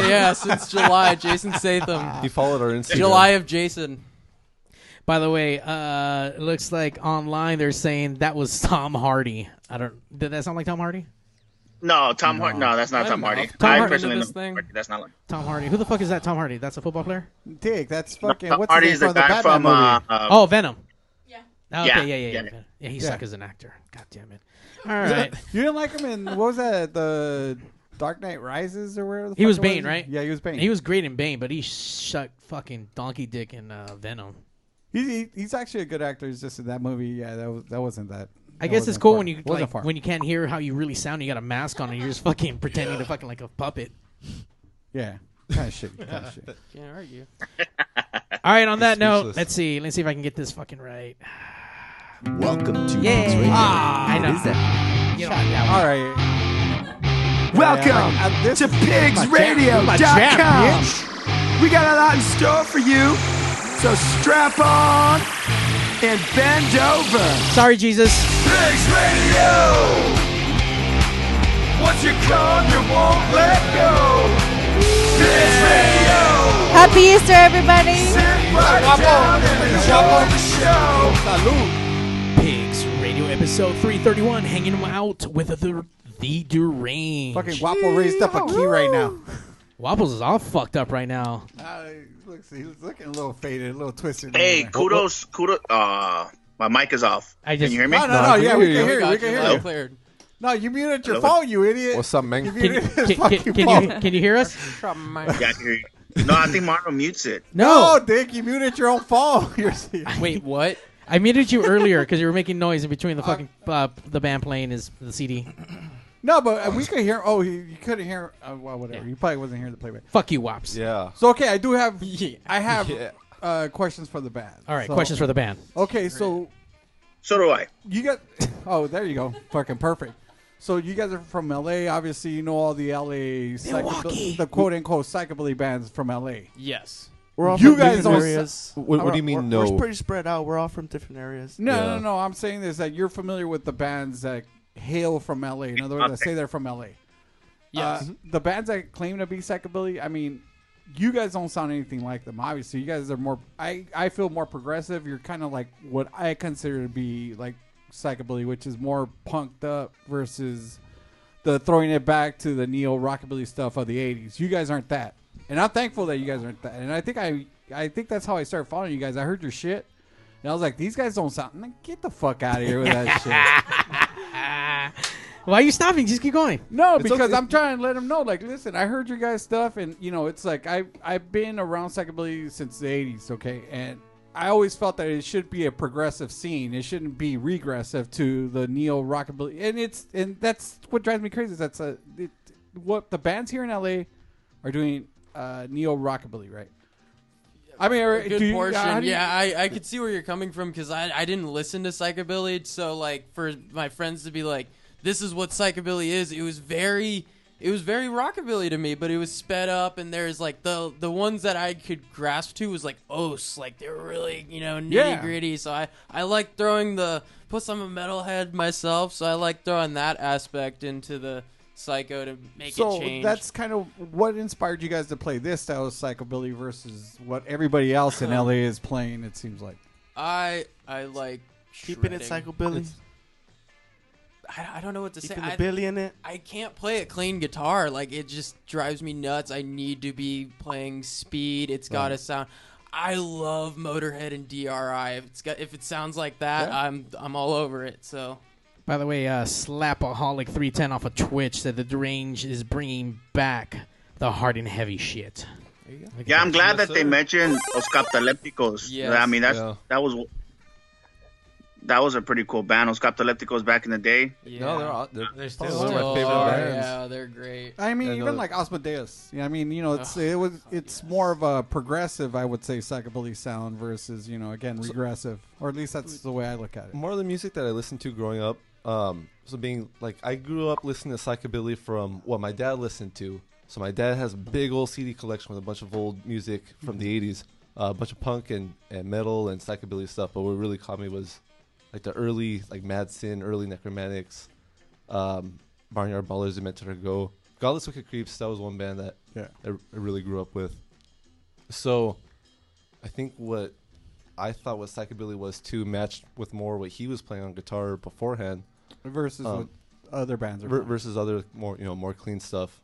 C: yeah. Since
A: *laughs*
C: July, Jason Statham.
E: He followed our Instagram.
C: July of Jason.
A: By the way, uh, looks like online they're saying that was Tom Hardy. I don't. Did that sound like Tom Hardy?
I: No, Tom Hardy. No, that's not
A: I
I: Tom
A: don't
I: Hardy.
A: know. Tom
I: I
A: Hardy
I: personally
A: did
I: know
A: this
I: Tom Hardy. That's not like
A: Tom Hardy. Who the fuck is that? Tom Hardy. That's a football player.
D: Dick, that's fucking.
I: Tom
D: what's
I: Hardy
D: his name
I: is the
D: from the
I: guy
D: Batman
I: from,
D: movie?
I: uh, uh,
A: oh, Venom. Yeah. Okay.
I: Yeah,
A: Yeah. Yeah. Yeah.
I: yeah,
A: Yeah.
I: yeah.
A: yeah he
D: Yeah.
A: sucked as an actor. God damn it. All right.
D: you didn't like him in what was that? The Dark Knight Rises or where? The
A: He
D: fuck
A: was
D: it
A: Bane, right?
D: Yeah, he was Bane.
A: He was great in Bane, but he sucked fucking donkey dick in uh, Venom.
D: He, he, he's actually a good actor. It's just in that movie. Yeah, that was that wasn't that. that
A: I guess it's
D: wasn't
A: cool
D: far.
A: when you
D: wasn't
A: like,
D: far.
A: when you can't *laughs* hear how you really sound. You got a mask on and you're just fucking pretending to fucking like a puppet. *laughs*
D: Yeah. Kind of shitty. Kind of shitty.
C: Can't argue.
A: All right. On that note, let's see. Let's see if I can get this fucking right.
S: Welcome to
A: Yeah.
S: Pigs Radio.
A: Ah, I
S: What
A: know.
S: is that?
A: You know,
D: All right.
S: Welcome
D: to
S: pigsradio.com. We got a lot in store for you, so strap on and bend over.
A: Sorry, Jesus.
G: Pigs Radio. Once you come, you won't let go. Pigs Radio.
F: Happy Easter, everybody.
G: Right down and enjoy the show.
A: Pigs Radio episode 331, hanging out with the, the deranged.
D: Fucking Wapo raised up a key right now.
A: Wapples is all fucked up right now.
D: Uh, looks, he's looking a little faded, a little twisted.
I: Hey, kudos, kudos. Uh, my mic is off.
A: I
I: can
A: just-
I: you hear me?
D: No, no, no. yeah, we can hear you. We can hear you.
I: Hello?
D: No, you muted your
I: Hello?
D: phone, you idiot.
E: What's up, man?
D: You
E: Can-
D: muted
E: can-
D: his
E: can-
D: fucking
E: can
D: phone.
E: you-
A: Can you hear us?
I: Yeah, I can hear you. No, I think Mario mutes it.
A: No.
D: Dick, you muted your own phone. *laughs* You're
A: Wait, what? I muted you earlier because you were making noise in between the fucking uh, the band playing is the CD.
D: No, but uh, we could hear. Oh, you, you couldn't hear. Uh, well, whatever. You probably wasn't hearing the playback.
A: Fuck you, Wops.
E: Yeah.
D: So okay, I do
A: *laughs*
D: have. I have
E: Yeah.
D: uh, questions for the band.
A: All right,
D: So-
A: questions for the band.
D: Okay, so
I: so do I.
D: You got. Oh, there you go. Fucking perfect. So you guys are from LA. Obviously, you know all the LA psychobilly, the quote unquote psychobilly bands from LA.
C: Yes.
J: We're all
D: you
J: from
D: guys
J: different
D: are.
J: areas.
E: what do you mean,
J: we're,
E: no?
J: We're pretty spread out. We're all from different areas.
D: No, no, no. I'm saying this that you're familiar with the bands that hail from LA. In other words, that say they're from LA.
C: Yes.
D: Uh, the bands that claim to be psychobilly, I mean, you guys don't sound anything like them. Obviously, you guys are more. I I feel more progressive. You're kind of like what I consider to be like psychobilly, which is more punked up versus the throwing it back to the neo rockabilly stuff of the '80s. You guys aren't that, and I'm thankful that you guys aren't that. And I think I I think that's how I started following you guys. I heard your shit. And I was like, these guys don't sound. Like, Get the fuck out of here with
A: *laughs*
D: that shit.
A: Why are you stopping? Just keep going.
D: No, because I'm trying to let them know. Like, listen, I heard your guys' stuff, and you know, it's like I I've been around psychobilly since the '80s, okay, and I always felt that it should be a progressive scene. It shouldn't be regressive to the neo rockabilly, and it's and that's what drives me crazy. Is that's a it, what the bands here in LA are doing uh, neo rockabilly, right? I mean, uh,
C: A good
D: do you-
C: portion.
D: how do you-
C: yeah, I, I could see where you're coming from because I, I didn't listen to psychobilly. So like for my friends to be like, this is what psychobilly is. It was very it was very rockabilly to me, but it was sped up. And there's like the the ones that I could grasp to was like Os, like they were really you know nitty
Q: Yeah.
C: gritty. So I I like throwing the plus I'm a metalhead myself, so I like throwing that aspect into the psycho to make
D: so
C: it change.
D: that's kind of what inspired you guys to play this style of psychobilly versus what everybody else
C: Uh-huh.
D: in LA is playing. It seems like.
C: I I like
J: Keeping it
C: shredding.
J: psychobilly.
C: I, I don't know what to say.
J: Keeping the
C: I,
J: Billy in it.
C: I can't play a clean guitar. Like it just drives me nuts. I need to be playing speed. It's got to
Q: Right.
C: sound. I love Motorhead and DRI. If it's got if it sounds like that,
Q: Yeah.
C: I'm I'm all over it. So
A: By the way, uh, Slapaholic 310 off of Twitch said the Deranged is bringing back the hard and heavy shit.
I: Yeah, I'm glad
A: Yes,
I: that they
A: sir.
I: mentioned Los Captalepticos.
A: Yes.
I: I mean, that's
A: Yeah.
I: that was that was a pretty cool band. Los Captalepticos back in the day.
E: No, they're all, they're,
B: They're
E: probably one of my favorite bands.
C: uh, they're great.
D: I mean,
E: I know
D: even
E: that-
D: like Osmodeus. Yeah, I mean, you know, it's it was it's more of a progressive, I would say, psychobilly sound versus you know, again, regressive, or at least that's the way I look at it.
E: More of the music that I listened to growing up. Um, so being like, I grew up listening to psychobilly from what my dad listened to. So my dad has a big old CD collection with a bunch of old music from the '80s, uh, a bunch of punk and, and metal and psychobilly stuff. But what really caught me was like the early like Mad Sin, early Necromantics, um, Barnyard Ballers, Dementor Go, Godless Wicked Creeps. That was one band that
D: Yeah.
E: I, I really grew up with. So, I think what I thought what psychobilly was too matched with more what he was playing on guitar beforehand um,
D: Versus what other bands are
E: ver-
D: playing.
E: versus other more you know more clean stuff.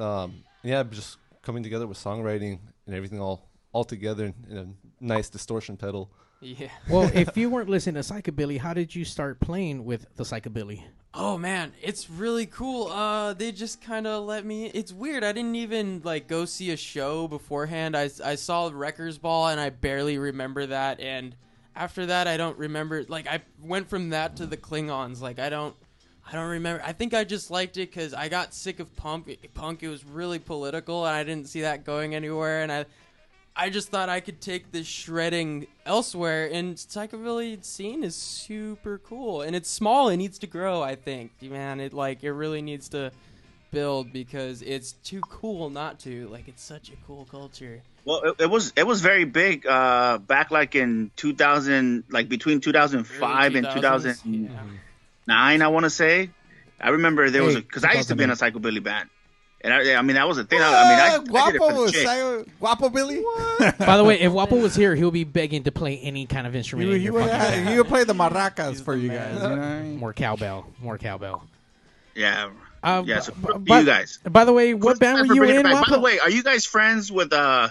E: Um, yeah, just coming together with songwriting and everything all all together in, in a nice distortion pedal.
C: Yeah.
A: well, if you weren't listening to Psychobilly, how did you start playing with the Psychobilly?
C: Oh man, it's really cool. Uh, they just kind of let me. It's weird. I didn't even like go see a show beforehand. I I saw Wreckers Ball and I barely remember that. And after that, I don't remember. Like I went from that to the Klingons. Like I don't. I don't remember. I think I just liked it because I got sick of punk. Punk. It was really political, and I didn't see that going anywhere. And I, I just thought I could take this shredding elsewhere. And psychobilly scene is super cool, and it's small. It needs to grow. I think, man. It like it really needs to build because it's too cool not to. Like it's such a cool culture.
I: Well, it, it was it was very big uh, back like in 2000, like between 2005 and
C: 2000s,
I: 2009, I want to say. I remember there was a because I used to be in a psychobilly band, and I, I mean that was a thing. I,
D: Ah,
I: I mean, I, I did it for the chick.
A: Guapo Billy.
D: *laughs*
A: By the way, if Guapo was here, he'll be begging to play any kind of instrument.
D: You,
A: in
D: you,
A: your
D: would,
A: fucking band.
D: you would play the maracas for you guys. You know?
A: More cowbell. More cowbell.
I: Yeah.
A: Uh,
I: yeah, so
A: b-
I: fuck
A: but-
I: you guys.
A: By the way, what band
I: Thanks
A: were
I: for
A: you
I: bringing it
A: in?
I: back.
A: Wapo?
I: By the way, are you guys friends with uh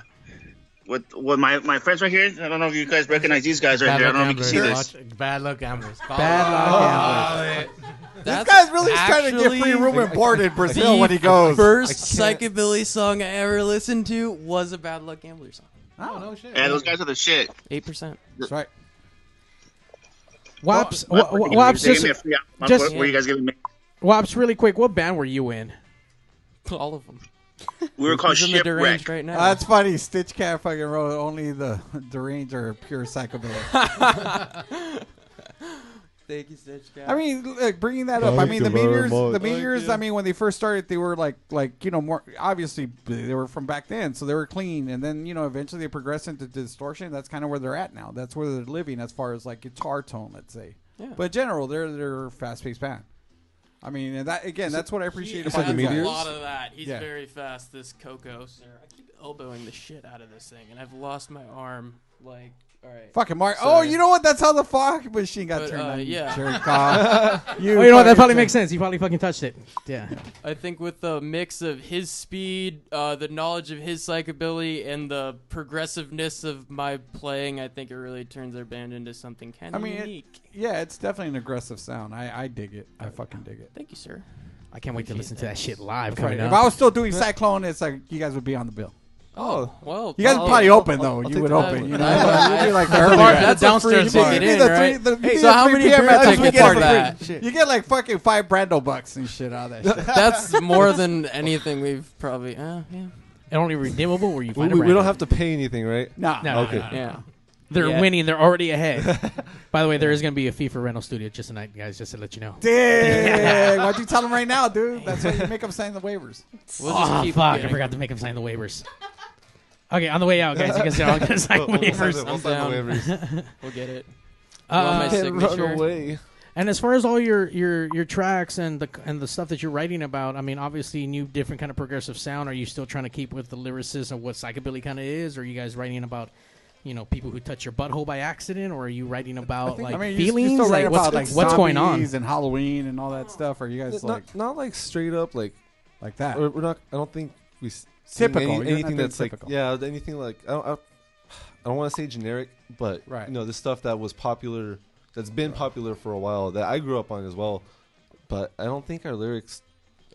I: with with my my friends right here? I don't know if you guys recognize these guys right
B: Bad
I: here. I
B: luck
I: don't know if you can see
B: gamblers.
I: this.
B: Watch- Bad luck gamblers.
D: *laughs*
B: Oh.
D: Bad luck
B: gamblers.
D: This guy's really trying to get free
C: actually
D: room and board
C: *laughs*
D: in Brazil
C: the
D: when he goes.
C: First
D: I can't-
C: psychobilly song I ever listened to was a Bad Luck Gambler song. Oh no shit!
I: Yeah, those guys are the shit.
C: Eight percent.
I: That's
D: right.
A: Wops,
I: Well,
A: Wa- Wa-
I: they
A: Wops,
I: gave me
A: just,
I: a free album.
A: just-
I: What were you guys giving me?
A: Wops, really quick, what band were you in?
C: *laughs* All of them.
I: We were called
C: He's in the
I: Shipwreck.
C: deranged right now.
D: That's funny. Stitch Cat fucking wrote only the *laughs* deranged or pure
C: *laughs*
D: *laughs* psychobilly.
C: Thank you, Stitch Guy.
D: I mean, like, bringing that up. I mean, the
C: Thank you very
D: meteors. The
C: much.
D: meteors. I mean, when they first started, they were like, like you know, more obviously they were from back then, so they were clean. And then you know, eventually they progressed into distortion. That's kind of where they're at now. That's where they're living as far as like guitar tone, let's say.
C: Yeah.
D: But in general, they're they're fast paced band. I mean, and that again, that's what I appreciate about
C: has
D: you guys.
C: A lot of that. He's
D: Yeah.
C: very fast. This Coco, sir. I keep elbowing the shit out of this thing, and I've lost my arm. Like, all right.
D: Fucking Mario. Oh,
C: Sorry.
D: you know what? That's how the fog machine got
C: But,
D: turned
C: uh,
D: on. you
C: yeah.
D: jerk
C: *laughs*
D: off.
A: oh, you know what? That
D: fucking
A: probably
D: jerk.
A: makes sense. He probably fucking touched it. Yeah.
C: I think with the mix of his speed, uh, the knowledge of his psychobilly, and the progressiveness of my playing, I think it really turns their band into something kind
D: I
C: of
D: mean,
C: unique.
D: it, yeah, it's definitely an aggressive sound. I, I dig it. I fucking dig it.
C: Thank you, sir.
A: I can't wait to listen to that shit live
D: That's
A: coming
D: right.
A: up.
D: If I was still doing Cyclone, it's like you guys would be on the bill.
C: Oh, well,
D: you guys would
C: I'll-
D: probably
C: I'll-
D: open though.
C: I'll
D: you
C: take
D: would
C: the-
D: open. You know,
C: *laughs* I-
D: you'd be like the
C: I-
D: early
C: That's
D: guys.
C: a downstairs
D: You'd be
C: ticket
D: the
C: in,
D: three-
C: right?
D: the-
C: Hey,
D: you'd
C: so
D: be
C: how
D: the
C: many
D: 3 p.m.
C: beers
D: after
C: I can
D: the
C: afford
D: party.
C: that?
D: Shit. You get like fucking five Brando bucks and shit out of that. Shit.
C: *laughs* That's more than anything we've probably. Uh, yeah.
A: And only redeemable where you
E: We,
A: find
E: we,
A: a
E: we don't
A: brand.
E: have to pay anything, right?
A: No. No, no,
E: okay.
A: no, no, no. They're winning. They're already
E: *laughs*
A: ahead. By the way, there is going to be a fee for rental studio just tonight, guys. Just to let you know.
C: *laughs*
A: *laughs*
D: Dang. Why'd you tell them right now, dude? That's why you make them sign the waivers.
A: oh fuck! I forgot to make him sign the waivers. Okay, on the way out, guys. You guys are all going
E: *laughs*
A: to sign
E: We'll- we'll sign
A: waivers.
E: the- we'll sign
A: *laughs*
E: the waivers.
C: We'll get it.
A: Uh,
C: my signature.
A: And as far as all your your your tracks and the and the stuff that you're writing about, I mean, obviously new different kind of progressive sound. Are you still trying to keep with the lyricism of what psychobilly kind of is? Or are you guys writing about, you know, people who touch your butthole by accident, or are you writing about like
D: I mean, you,
A: feelings?
D: you still write
A: like, what's,
D: about like
A: what's going on?
D: zombies and Halloween and all that stuff. Are you guys
E: not,
D: like
E: not like straight up like
D: like that.
E: We're, we're not. I don't think we s- seen
D: Typical. You're
E: Any,
D: not
E: anything
D: doing
E: that's like
D: typical.
E: yeah, anything like I don't. I, I don't want to say generic, but
D: Right.
E: you know the stuff that was popular, that's been popular for a while that I grew up on as well. But I don't think our lyrics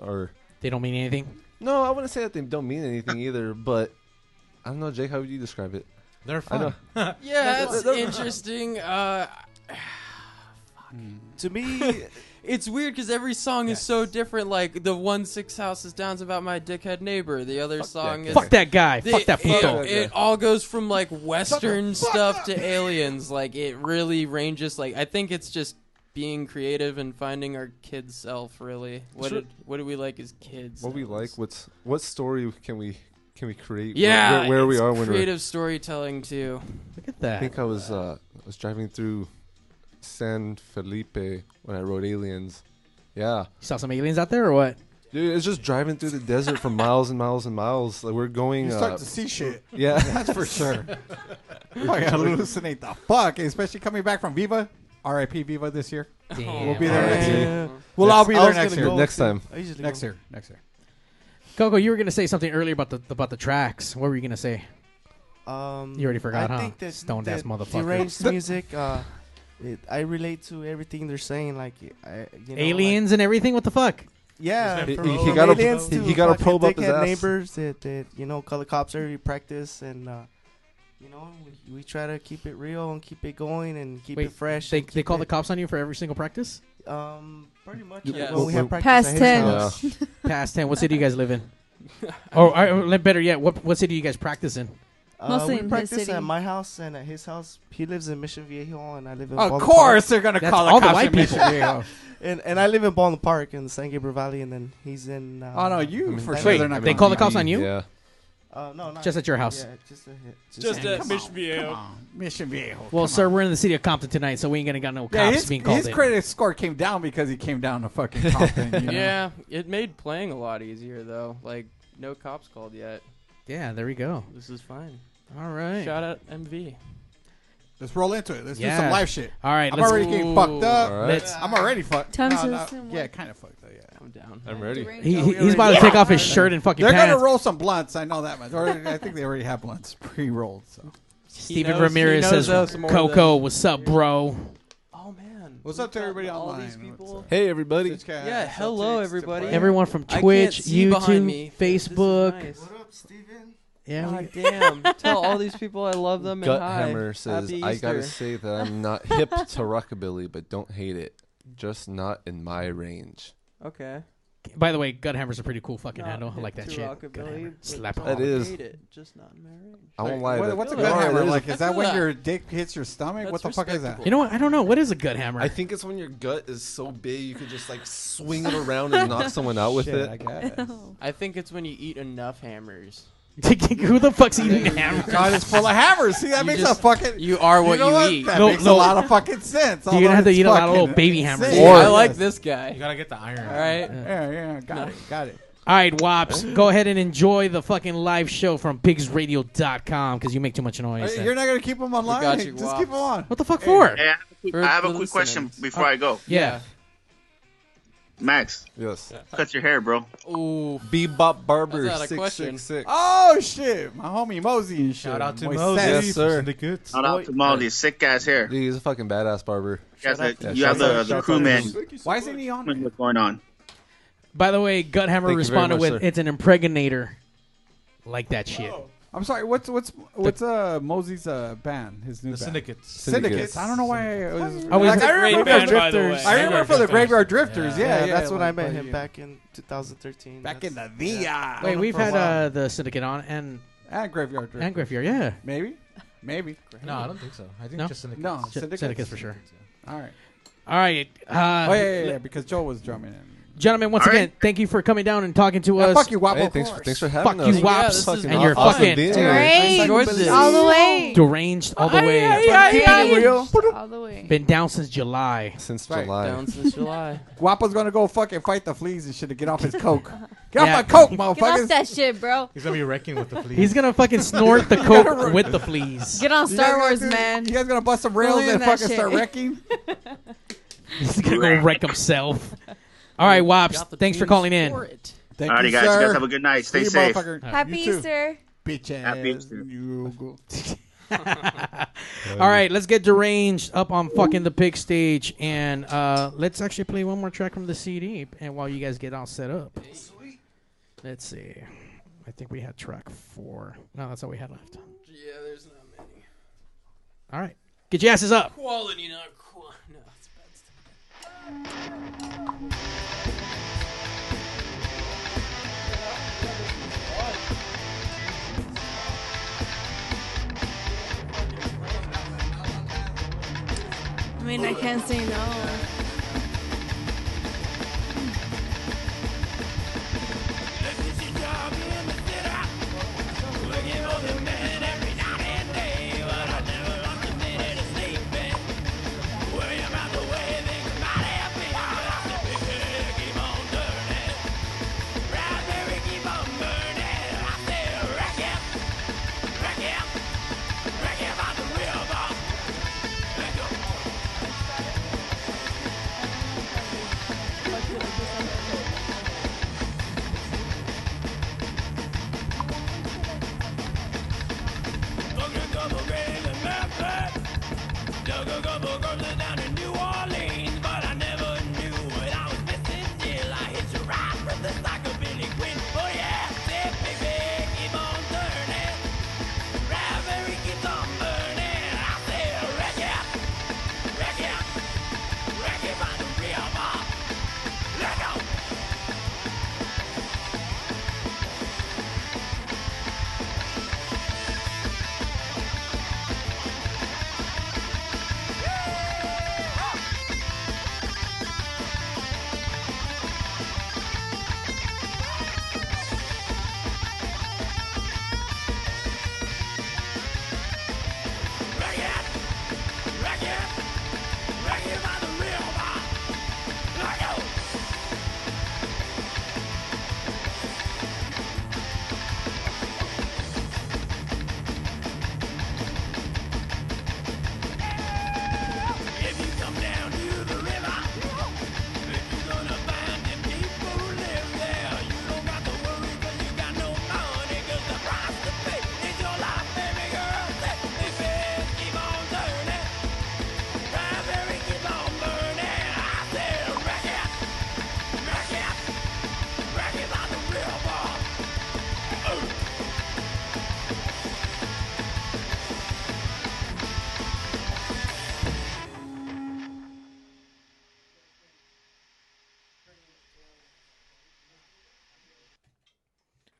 E: are.
A: They don't mean anything.
E: No, I wouldn't say that they don't mean anything either. But I don't know, Jake. How would you describe it?
B: They're
E: I know-
B: fun.
C: *laughs* Yeah, that's interesting. Uh, *sighs*
E: Hmm.
J: to me,
C: *laughs* it's weird because every song is so different. Like the one six houses down's about my dickhead neighbor. The other song is
A: Fuck that guy. Fuck that
C: it,
A: fucko.
C: it all goes from like Western stuff to aliens. Like it really ranges. Like I think it's just being creative and finding our kid self. Really, what
E: Sure.
C: did, what do we like as kids?
E: What we like? What's what story can we can we create? where-
C: Yeah,
E: where, where we
C: it's
E: are when we're
C: creative storytelling too.
A: Look at
E: I think I was uh, I was driving through San Felipe when I rode Aliens. Yeah,
A: You saw some aliens out there, or what?
E: dude, it's just driving through the desert for miles and miles and miles. Like we're going.
D: You start
E: uh,
D: to see shit. *laughs*
E: Yeah,
D: that's for
E: *laughs*
D: sure. I hallucinate the fuck, especially coming back from Viva. R.I.P. Viva this year.
A: Damn,
D: we'll be there next
A: R.I.P.
D: year. We'll all be
A: I
D: there
A: was
D: next
A: gonna
D: year.
A: go Next too. time. I usually
D: Next
A: go.
D: year. Next year.
A: Coco, you were going to say something earlier about the about the tracks. What were you going to say?
J: Um,
A: You already forgot,
J: I
A: huh?
J: think that
A: Stoned
J: that
A: ass motherfucker.
E: *laughs*
J: Deranged music. Uh, it, I relate to everything they're saying. Like, I, you know,
A: aliens and everything. What the fuck?
J: Yeah,
A: He-
J: from-
A: he- he
J: from
A: gotta-
J: aliens
A: he-
J: to
A: he gotta
J: fucking
A: probe up his
J: dickhead
A: ass.
J: neighbors that, that you know color cops every practice and uh, you know we, we try to keep it real and keep it going and keep
A: Wait,
J: it fresh.
A: They,
J: and
A: they
J: keep
A: call
J: it-
A: the cops on you for every single practice?
J: Um, pretty much.
A: Yeah.
J: When we had practice
A: Past
J: at his
A: 10.
J: house.
A: Past 10. What city you guys live
J: *laughs*
A: in? Oh, Or, or better yet, what, what city you guys practice in?
J: Uh,
A: Mostly
J: we
A: in his
J: practice
A: city.
J: at my house and at his house. He lives in Mission Viejo and I live in.
A: Of
J: Baldwin
A: course
J: Park.
A: they're gonna That's call the all the cops white in Mission people. *laughs* Viejo.
J: and and I live in Baldwin Park in San Gabriel Valley, and then he's in. Uh,
D: Oh, no, you I mean, for
J: Diamond
D: sure
J: Valley.
D: they're not
A: They
D: gonna
A: call the
D: beat
A: cops
D: you.
A: on you?
D: Yeah.
J: Uh, no, not
A: Just at your house.
J: Yeah, just a hit.
D: Just
J: a
D: at
J: hit.
D: Mission Viejo. Mission Viejo.
A: Well, sir, we're in the city of Compton tonight, so we ain't gonna got no cops
D: Yeah, his,
A: being called
D: his
A: in.
D: credit score came down because he came down to *laughs* fucking Compton. you know?
C: Yeah, it made playing a lot easier though. Like no cops called yet.
A: yeah, there we go.
C: This is fine.
A: All right.
C: Shout out MV.
D: Let's roll into it. Let's
A: Yeah.
D: do some live shit.
A: All right,
D: I'm
A: let's-
D: *laughs* already getting fucked up.
A: All right. Let's-
D: I'm already fucked.
A: Time
D: No,
A: to
D: no,
A: assume
D: yeah, kind of fucked though. Yeah,
C: I'm down.
E: I'm ready.
A: He- he- he's about to take off his shirt and fucking
D: They're
A: pants.
D: gonna roll some blunts. I know that much. Or, I think they already have blunts *laughs* pre-rolled. So.
A: Steven Ramirez says, "Coco, what's up, bro?"
D: What's up to everybody online? All these people.
E: Hey, everybody.
C: Yeah, hello everybody.
A: Everyone from
C: I can't
A: Twitch,
C: see behind
A: YouTube,
C: me.
A: Facebook.
C: What
J: up, Steven?
A: Yeah,
C: God
A: we- *laughs*
C: damn. Tell all these people I love them and hi.
E: Guthammer says,
C: Happy
E: "I gotta
C: Easter."
E: say that I'm not hip to rockabilly, but don't hate it. Just not in my range."
C: Okay.
A: By the way, Guthammer's a pretty cool fucking handle. I
C: hip
A: like that
C: to
A: shit.
C: rockabilly,
A: Guthammer.
C: but
A: Slap
C: don't
A: it.
E: That is-
C: hate it, Just not in my range.
E: I won't lie.
D: What-
E: that-
D: what's a
E: There
D: gut
E: are-
D: hammer
E: there's a-
D: like? Is
C: I
D: that
E: *laughs*
C: feel
D: when
C: that.
D: your dick hits your stomach? What the
C: That's
D: fuck is that?
A: You know what? I don't know. What is a gut hammer?
E: I think it's when your gut is so big you could just like swing it around and knock someone out with it.
C: *laughs* I think it's when you eat enough
A: *laughs*
C: hammers.
A: Who the
C: *laughs*
A: fuck's eating hammers?
D: God is full of hammers. See, that
C: You
D: makes
C: just-
D: a fucking.
C: you are what
D: know
C: you
D: what?
C: eat.
D: That
A: No,
D: makes
A: no.
D: a lot of fucking sense.
A: You're gonna
D: although
A: have to
D: it's
A: eat a lot of
D: fucking
A: little baby hammers.
D: insane.
A: Or-
C: I like this guy.
B: You gotta get the iron.
C: All right.
D: Yeah, yeah, got it, got it.
A: All right, Wops, go ahead and enjoy the fucking live show from pigsradio.com because you make too much noise.
D: Hey, You're not gonna keep them online.
C: got you,
D: Just keep them on.
A: What the fuck for? Uh,
I: Hey, I have a quick, I have a quick question before I go.
A: Yeah.
I: Max.
E: Yes.
I: Cut your hair, bro.
C: Ooh.
E: Bebop Barber
I: That's not a
E: six
I: question.
E: six six.
D: Oh shit, my homie Mosey and shit.
B: Shout out to
D: Moisés.
B: Mosey.
E: Yes, sir.
I: Shout out to Molly, sick ass hair.
E: Dude, he's a fucking badass barber.
I: You guys,
E: Yeah,
I: the, you have
E: shout
I: the,
E: out- shout
I: the
E: out
I: crewman.
E: to him.
D: Why isn't he on?
I: What's going on?
A: By the way,
E: Thank you
A: Guthammer
E: very
A: responded
E: much,
A: with,
E: sir.
A: "It's an impregnator." Like that shit.
D: I'm sorry. What's what's what's uh Mosey's uh band? His new
B: The
D: band?
B: Syndicates.
D: Syndicates.
B: Syndicates.
D: I don't know why. I was,
A: Oh, he's
D: like,
A: a
D: I remember
A: great
D: for
A: band, by the
D: Drifters.
A: way.
D: I remember for the Graveyard
A: Graveyard Drifters.
D: Drifters.
A: Yeah.
D: Yeah,
A: Yeah,
D: yeah,
J: that's when I
D: like,
J: met
D: but
J: him
D: yeah.
J: back in 2013.
D: Back in the VI.
J: yeah.
A: Wait, we've
D: For a
A: had
D: while.
A: uh, the syndicate on and
D: and Graveyard Drifters.
A: and Griffith, yeah.
D: Maybe, maybe.
B: No, I don't think so. I think
A: No?
B: just syndicates.
D: No,
A: Sy- syndicates for sure.
D: All right.
A: All right, uh,
D: oh yeah, yeah, yeah, because Joel was drumming in.
A: gentlemen. Once
D: All right.
A: again, thank you for coming down and talking to us.
D: fuck you, Wappo. Hey,
E: thanks for- thanks for
A: fuck
E: having
A: you,
E: us. Yeah,
A: Wops,
E: this is
A: and you're
E: awesome
A: fucking
E: being here.
F: Deranged all the way.
A: deranged all the way.
F: All the way.
A: Been down since July.
E: Since
D: Right. July. *laughs*
C: Down since July.
D: Guapo's gonna go fucking fight the fleas and shit to get off his
F: *laughs*
D: coke. Get
A: Yeah.
D: off my coke,
F: Get off
D: motherfuckers.
F: that shit, bro.
B: He's gonna be wrecking with the fleas.
A: He's gonna fucking snort the coke with the fleas.
F: Get on
D: You
F: Star
D: guys
F: Wars,
D: gonna do-
F: man.
D: You guys gonna bust some rails
F: Ruin
D: and
F: that
D: fucking
F: shit.
D: start wrecking?
A: He's gonna go wreck himself.
F: *laughs*
A: All right, Wops,
C: Got the
A: thanks for
C: genes
A: calling in.
C: for it.
D: Thank
I: Alrighty,
D: you,
I: guys.
D: sir.
I: You guys have a good night. Stay
D: You
I: safe.
D: motherfucker.
F: Happy
D: You too,
F: Easter.
D: Bitch ass.
I: Happy Easter.
D: *laughs* You go.
A: *laughs* All right, let's get deranged up on fucking the pig stage, and uh, let's actually play one more track from the CD. And while you guys get all set up, let's see. I think we had track four. No, that's all we had left.
C: Yeah, there's not many.
A: All right, get your asses up.
C: Quality, not quantity. No, it's bad stuff.
L: I mean, I can't say no.
G: Wreck it by the real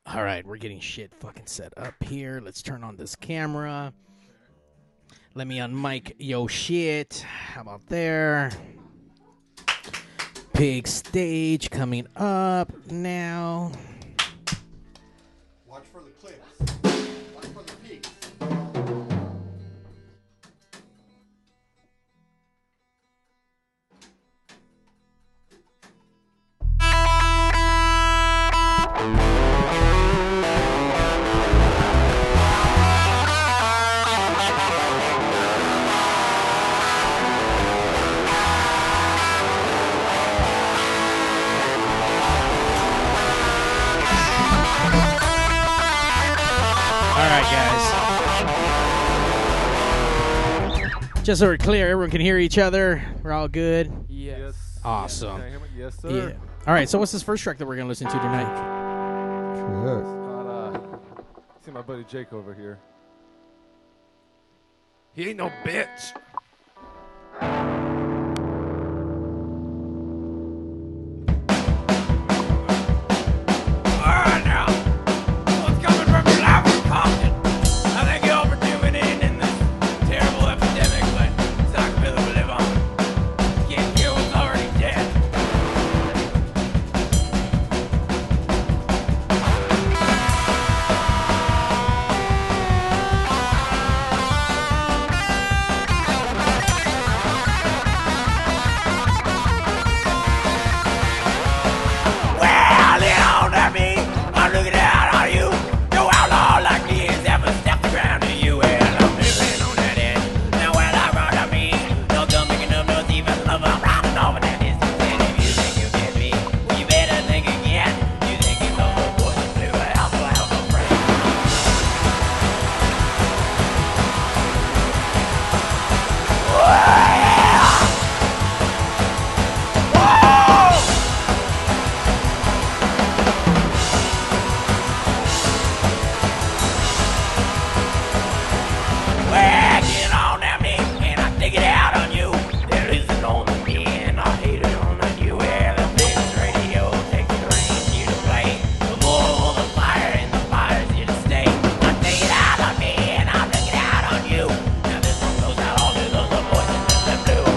A: All right, we're getting shit fucking set up here. Let's turn on this camera. Let me unmic yo shit. How about there? Big stage coming up now.
G: Watch for the clips. Watch for the peaks.
A: All right, guys. Just so we're clear, everyone can hear each other. We're all good.
E: Yes.
A: Awesome.
E: Can I hear my- yes, sir. Ah.
A: All right. So, what's this first track that we're gonna listen to tonight?
E: Uh, see my buddy Jake over here. He ain't no bitch.
G: I think you're overdoing it in this terrible epidemic, but it's not gonna really live on. Can't cure what's already dead. Well, they all at me. I'm looking down on you. No outlaw like me has ever stepped the ground to you. And I'm living on that edge. Now, when I run on me, no dumb making up, no thief, I love, I'm riding over that distance. And if you think you get me, well, you better think again. You think it's over, boy, you blew it out, boy, I'm a friend. Whoa! Wagging on at me, and I dig it out on you. There isn't on me, and I hate it on you. Well, the biggest radio takes the range you to play. The more the fire, and the fire's here to stay. I dig it out on me, and I dig it out on you. Now this one goes out all to those other boys in the blue.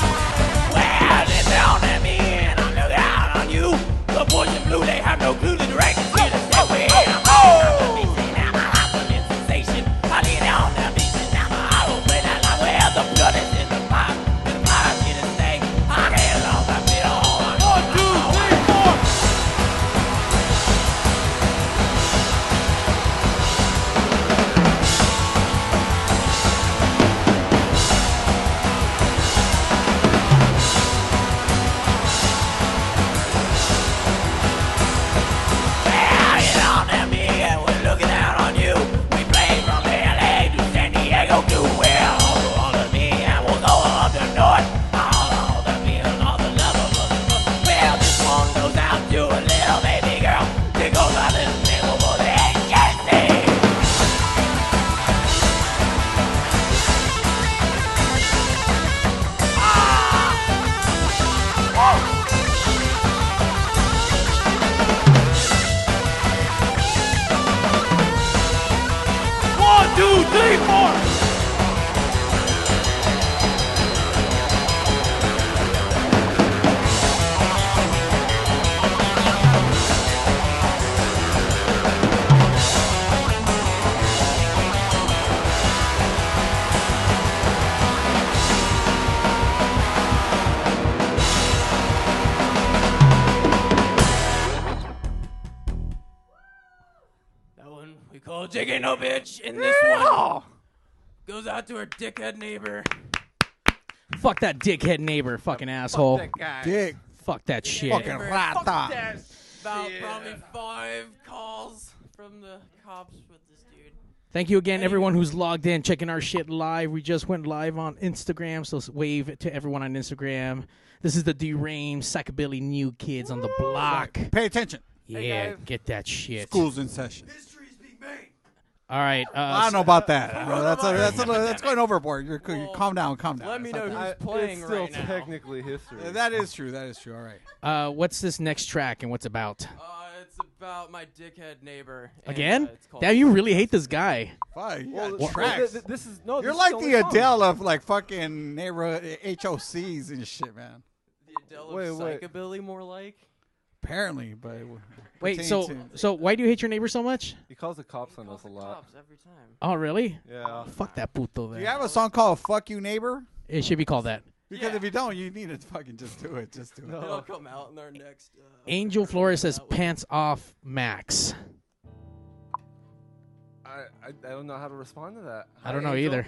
G: Well, it's down at me, and I look out on you. The boys in blue, they have no clue. The direction to the subway, and I'm oh, oh, oh. now my life will be sensation. I lean down the beach, and now my eye will play that light where the blood is in the fire. And the fire's here to stay. I can't lose my feet all I One, two, three, four. Well, it's down at me, and we're looking out on you. We play from LA to San Diego to where all the all of me, and we'll go up the north. All all the fields, all the love of us. Well, this one goes out to a little baby girl. It goes out to the table for the agency. One, two, three, four.
C: That one we call Jiggy No Bitch, and this one goes out to our dickhead neighbor.
A: Fuck that dickhead neighbor, fucking asshole.
C: that guy.
A: Dick. Fuck that shit.
C: Fucking rata.
A: ah.
C: Fuck that. About probably five calls from the cops with this dude.
A: Thank you again, everyone who's logged in, checking our shit live. We just went live on Instagram, so wave to everyone on Instagram. This is the deranged psychobilly new kids on the block.
D: Pay attention.
A: Yeah, get that shit.
D: School's in session.
A: All right. Uh,
D: I don't know about that.
C: *laughs*
D: Uh, that's a, that's
A: *laughs*
D: a, that's going overboard. You're, you calm down, calm down.
E: let me
D: It's not
E: know
D: that-
E: who's
D: it's
E: playing
D: still
E: right now. technically history.
D: Uh, That is true. That is true. All right.
A: Uh, what's this next track and what's about?
C: Uh, It's about my dickhead neighbor. and,
A: Again?
C: uh, it's called-
A: Damn, you really hate this guy.
D: Fuck.
C: Well,
D: Well,
C: th-
D: tracks.
C: th- this is- no,
D: You're
C: this is
D: like
C: the
D: the
C: only song.
D: Adele of like fucking neighborhood HOCs and shit, man.
C: The Adele of
D: Wait, wait.
C: psychobilly, more like.
D: Apparently, but it would
A: Wait,
D: pertain
A: so
D: to-
A: so why do you hate your neighbor so much?
E: He calls the cops on us a lot.
C: every time.
A: Oh, really?
E: Yeah.
A: Fuck that puto
D: do
A: there.
D: you have a song called "Fuck You Neighbor"?
A: It should be called that.
D: Because if you don't, you need to fucking just do it. Just do it.
C: It'll come out in our next. Uh,
A: Angel Flores says pants off Max.
E: I, I, I don't know how to respond to that.
A: I don't
E: Hi,
A: know
E: Angel.
A: either.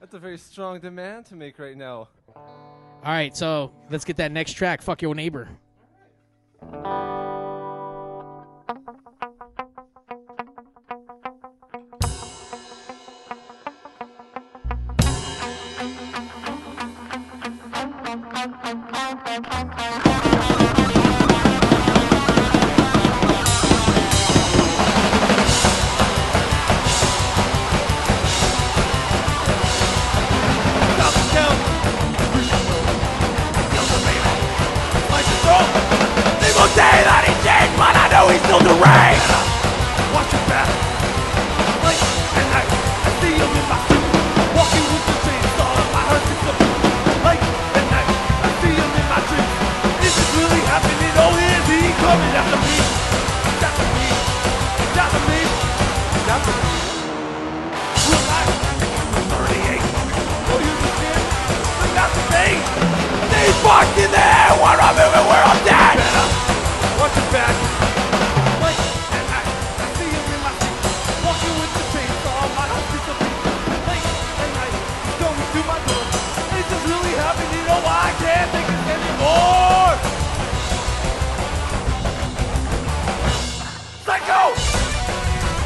E: That's a very strong demand to make
D: *laughs*
E: right now.
A: All right, so let's get that next track. Fuck your neighbor.
G: They will say that he did, but I know he's still deranged. Watch your back. Like, and I, I see him in my suit, walking with the chainsaw in my heart. It's a- Like, and I, I see him in my dreams. Is this really happening? Oh, is he coming after me? He's after me. He's after me. He's after me. Will I? I'm 38. Oh, you understand? But that's the thing. These fucked in the air where I'm moving, where I'm dead. Watch your back. Like, and I, I see him in my seat, walking with the chainsaw. My house is a beat. Like, and I, he's coming to my door. Is this really happening? Oh, I can't take it anymore. Psycho!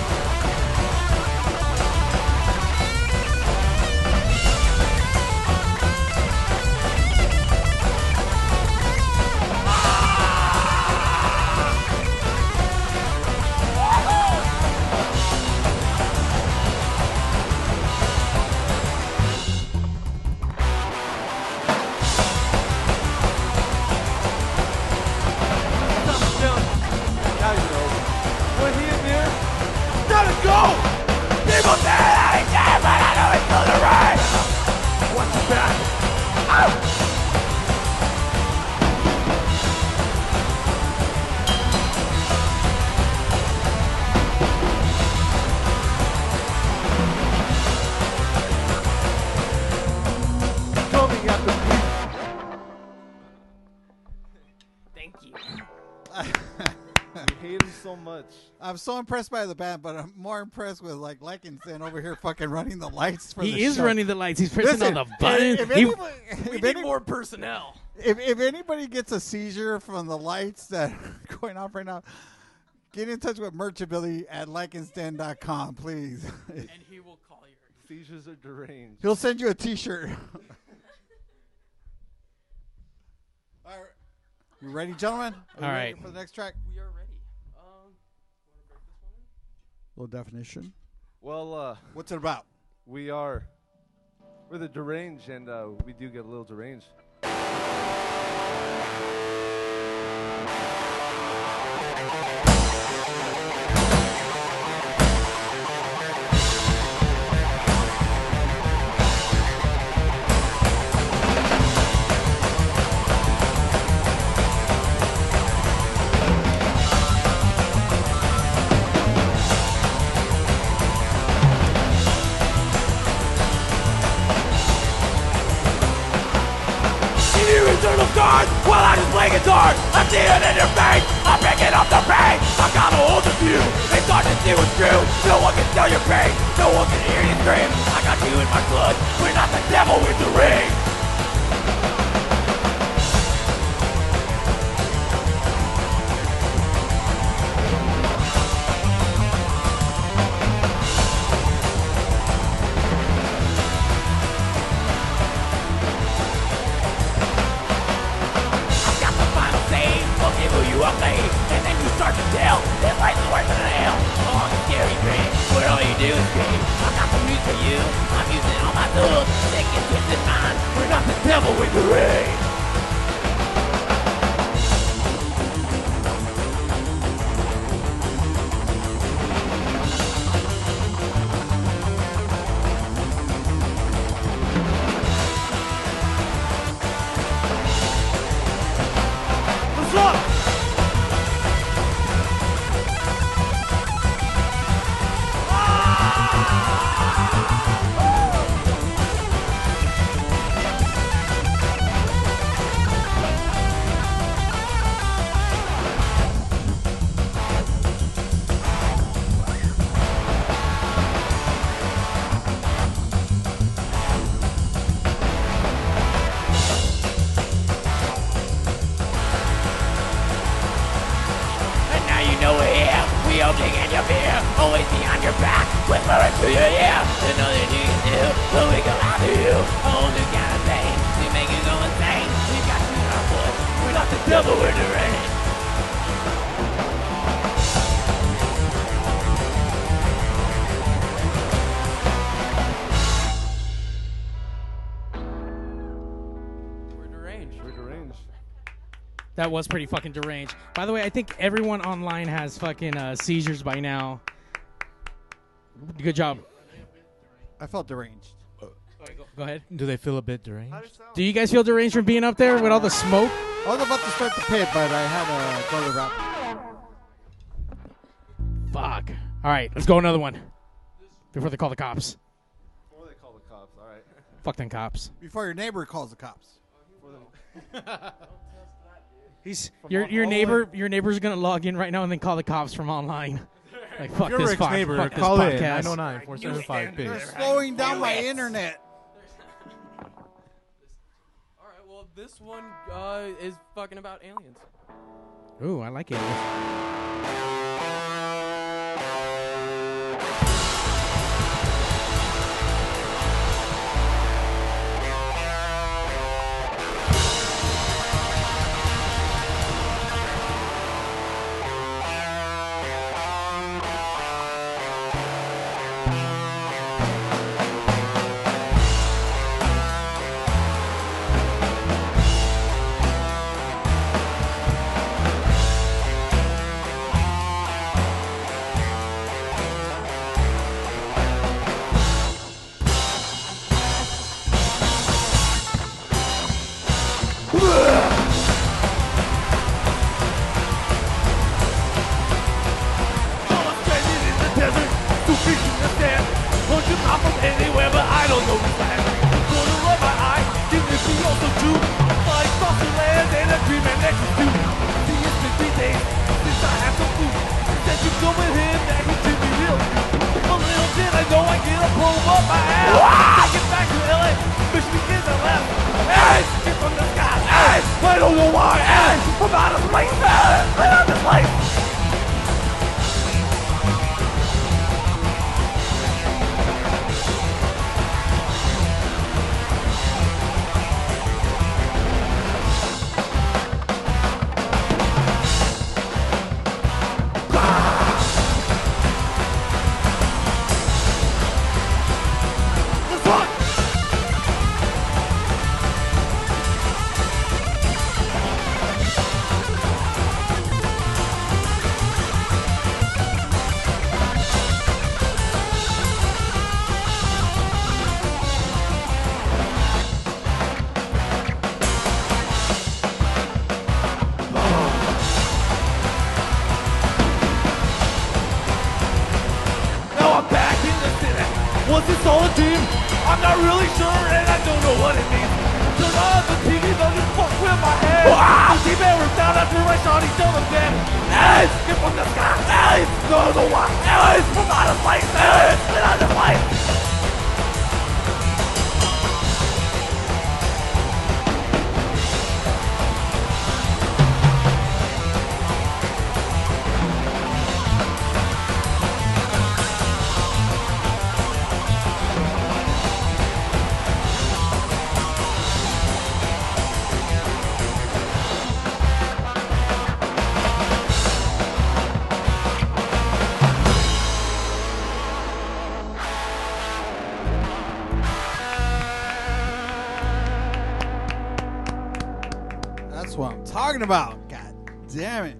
G: Now you know. When he is here, let it go! People say that he dead, but I know he's still the right! Watch your back. Ow! Coming at the
A: Thank you.
E: You hate him so much.
D: I'm so impressed by the band, but I'm more impressed with like Lekinson over here fucking running the lights for
A: He
D: the
A: is
D: show.
A: running the lights. He's pressing
D: Listen,
A: on the button.
D: If, if
A: He-
D: anybody,
A: We
D: if
A: need
D: any-
A: more personnel.
D: If, if anybody gets a seizure from the lights that are *laughs* going off right now, get in touch with merchability at likeandstand.com, please. *laughs*
E: he will call your seizures are deranged.
D: He'll send you a
E: *laughs*
D: T-shirt. You ready, gentlemen? Are we
A: All
D: ready
A: right.
D: for the next track.
C: We are ready.
D: Little definition.
E: Well, uh,
D: what's it about?
E: We are we're the deranged, and uh, we do get a little deranged.
G: In your eternal scars, while I just play guitar I'm seeing in your face, I'm picking up the pain I got a hold of you, it's hard to see what's true No one can tell your pain, no one can hear you scream I got you in my blood, we're not the devil, we're the ring I've got the final say, we'll give you a play And then you start deal. I got the music for you. I'm using all my love. Take it with the mind. We're not the devil with the ring. Let's look. And now you know we're here. We all dig in your beer. Always behind your back. Whispering to your ear. There's nothing you can do when we come after you. Oh, the kind of pain. We make you go insane. We got you in our foot. We're not the devil, we're the rain.
E: We're deranged.
A: That was pretty fucking deranged. By the way, I think everyone online has fucking uh, seizures by now. Good job.
D: I felt deranged.
A: Go ahead.
B: Do they feel a bit deranged?
A: Do you guys feel deranged from being up there with all the smoke?
D: I was about to start the pit, but I had a brother wrap.
A: Fuck. All right, let's go another one before they call the cops.
E: Before they call the cops, all right.
A: Fuck them cops.
D: Before your neighbor calls the cops.
A: *laughs* He's your your neighbor your neighbor's gonna log in right now and then call the cops from online. *laughs* Like fuck
B: If you're
A: this
B: Rick's
A: fuck,
B: neighbor,
A: fuck this
B: call in,
A: podcast.
B: 909-475
D: They're
B: Big.
D: slowing down my internet.
C: Well, this one uh, is fucking about aliens.
A: Ooh, I like it.
G: Too big to understand. Punch him out from anywhere, but I don't know who's back. Gonna run my eye, give this the also too. Fly across the land and a dream and next to. See, it's been three days since I had some food. That you go with him, that he could be real. A little bit, I know I get a blow up my ass. I get back to LA, bitch, we get the left. Ass, shit from the sky. Ass, I don't know why. Ass, I'm out of place. Ass, I'm out of place. Now I'm back in the city. Was this all a dream? I'm not really sure, and I don't know what it means. Turn on the TV, but it's fucked with my head. Ah! The man ripped down after I shot each other dead. Alice, get from the sky. Alice, no, no, why? Alice, from out of place. Alice, get out of place.
D: talking about. God damn it.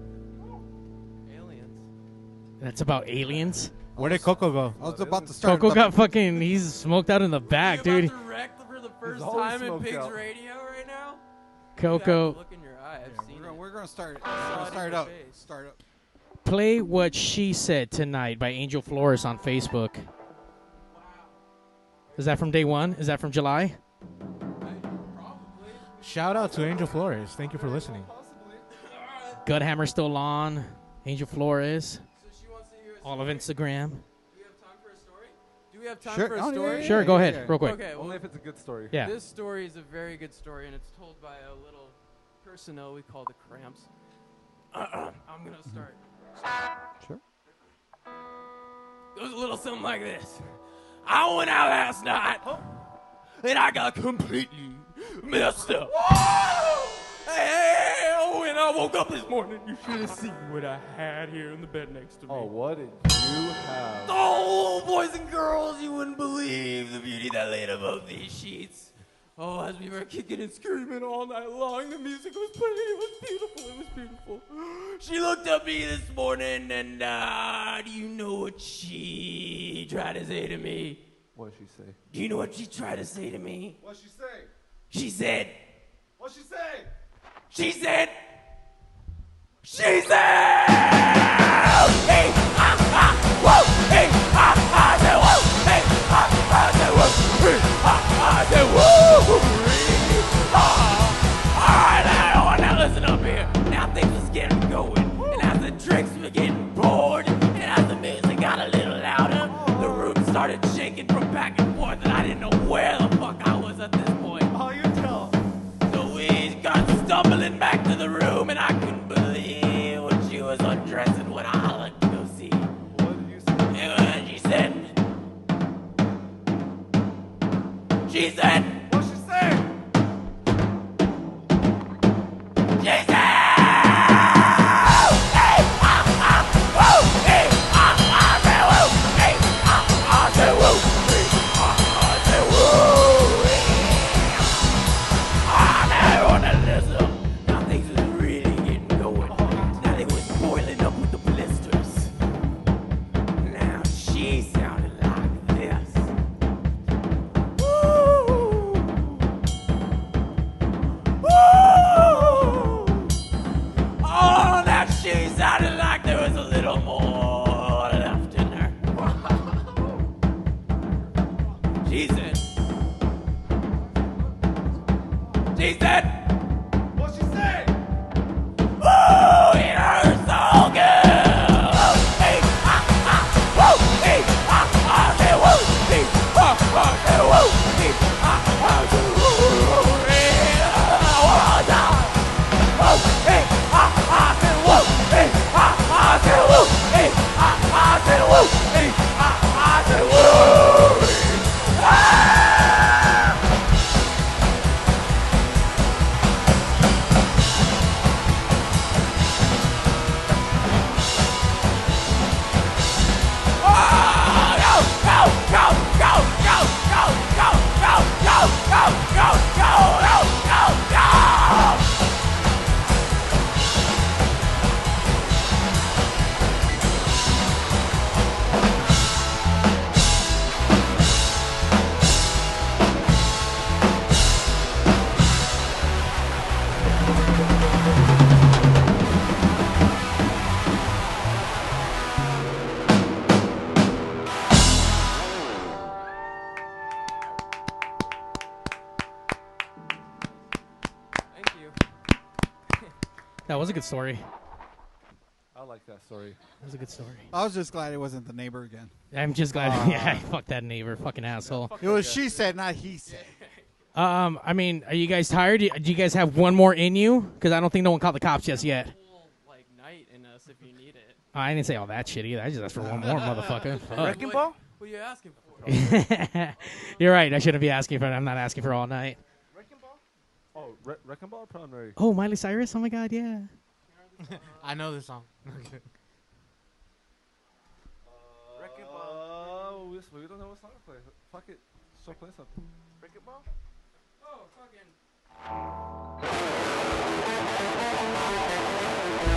A: That's about aliens.
B: Where did Coco go?
D: I was about to start.
A: Coco got fucking. He's smoked out in the back, dude.
C: for the first time in Pigs Radio right now.
A: Coco,
C: Look in your eye. I've seen
D: We're
C: it.
D: gonna, we're gonna start. We're gonna start up. Start up.
A: play what she said tonight by Angel Flores on Facebook. Is that from day one? Is that from July?
B: Shout out to Angel Flores. Thank you for listening.
A: Guthammer still on. Angel Flores. All of Instagram.
C: Do we have time
A: Sure.
C: for a
A: Oh, yeah,
C: story?
A: yeah, Sure, yeah, go yeah, ahead, yeah. real quick.
C: Okay,
E: Only if it's a good story.
A: Yeah.
C: This story is a very good story, and it's told by a little personnel we call the cramps. *coughs* I'm gonna start.
D: Sure.
G: Goes a little something like this. I went out last night, and I got completely messed up. Hey, when I woke up this morning, you should have seen what I had here in the bed next to me.
E: Oh, what did you have?
G: Oh, boys and girls, you wouldn't believe the beauty that laid above these sheets.
C: Oh, as we were kicking and screaming all night long, the music was playing. It was beautiful. It was beautiful.
G: She looked at me this morning, and uh, do you know what she tried to say to me?
E: What did she say?
G: Do you know what she tried to say to me?
E: What she say?
G: She said,
E: What she say?
G: she said, she said, hey, ah, ah, whoa, hey, ah, ah, I said, whoa, hey, ah, ah, I said, whoa, hey, ah, ah, I said, whoa. Ah, all right, now, now listen up here. Now things was getting going, and as the tricks were getting bored, and as the music got a little louder, the room started shaking from back and forth, and I didn't know where the fuck I was at this point. Oh, you tell. So we got stumbling back to the room, and I couldn't believe when she was undressing what I hollered to go see. What did you say? And she said. She said. What she said? She said. Hey, ah, ah, woo, hey, ah, ah, say woo, hey, ah, ah, say woo, hey, ah, ah, say woo, hey. Ah, now everyone listen. Now things was really getting going. Now they was boiling up with the blisters. Now she sounded like this. Oh, that she sounded like there was a little more left in her. *laughs* she said. She said. What she said? Oh, it hurts so good. Oh, hey, ah, ah, whoa, hey, ah, ah, say whoa, hey, ah, ah, say whoa, hey, ah, ah, say whoa, hey, ah, ah, ah, Whoa, hey, ah, ah, say whoa, hey, ah, ah, say whoa, hey, ah, ah, say whoa, hey, ah, ah, say whoa, hey, ah.
A: That was a good story.
E: I like that story.
A: That was a good story.
D: I was just glad it wasn't the neighbor again.
A: I'm just glad.
D: Ah.
A: *laughs* yeah, fuck that neighbor, fucking asshole.
D: It was she said, not he said.
A: Um, I mean, are you guys tired? Do you guys have one more in you? Because I don't think no one called the cops just yet.
C: Like night in us if you need it.
A: I didn't say all that shit either. I just asked for one more, motherfucker. Fuck.
C: What- What are you asking for?
A: *laughs* You're right. I shouldn't be asking for it. I'm not asking for all night.
E: Oh, Re- Wrecking Ball or Proud and Ready?
A: Oh, Miley Cyrus. Oh my God. Yeah.
B: *laughs* I know this song.
E: Wrecking Ball. we, we don't know what song to play. Fuck it. Start playing something. Wrecking Ball?
G: Oh, fucking.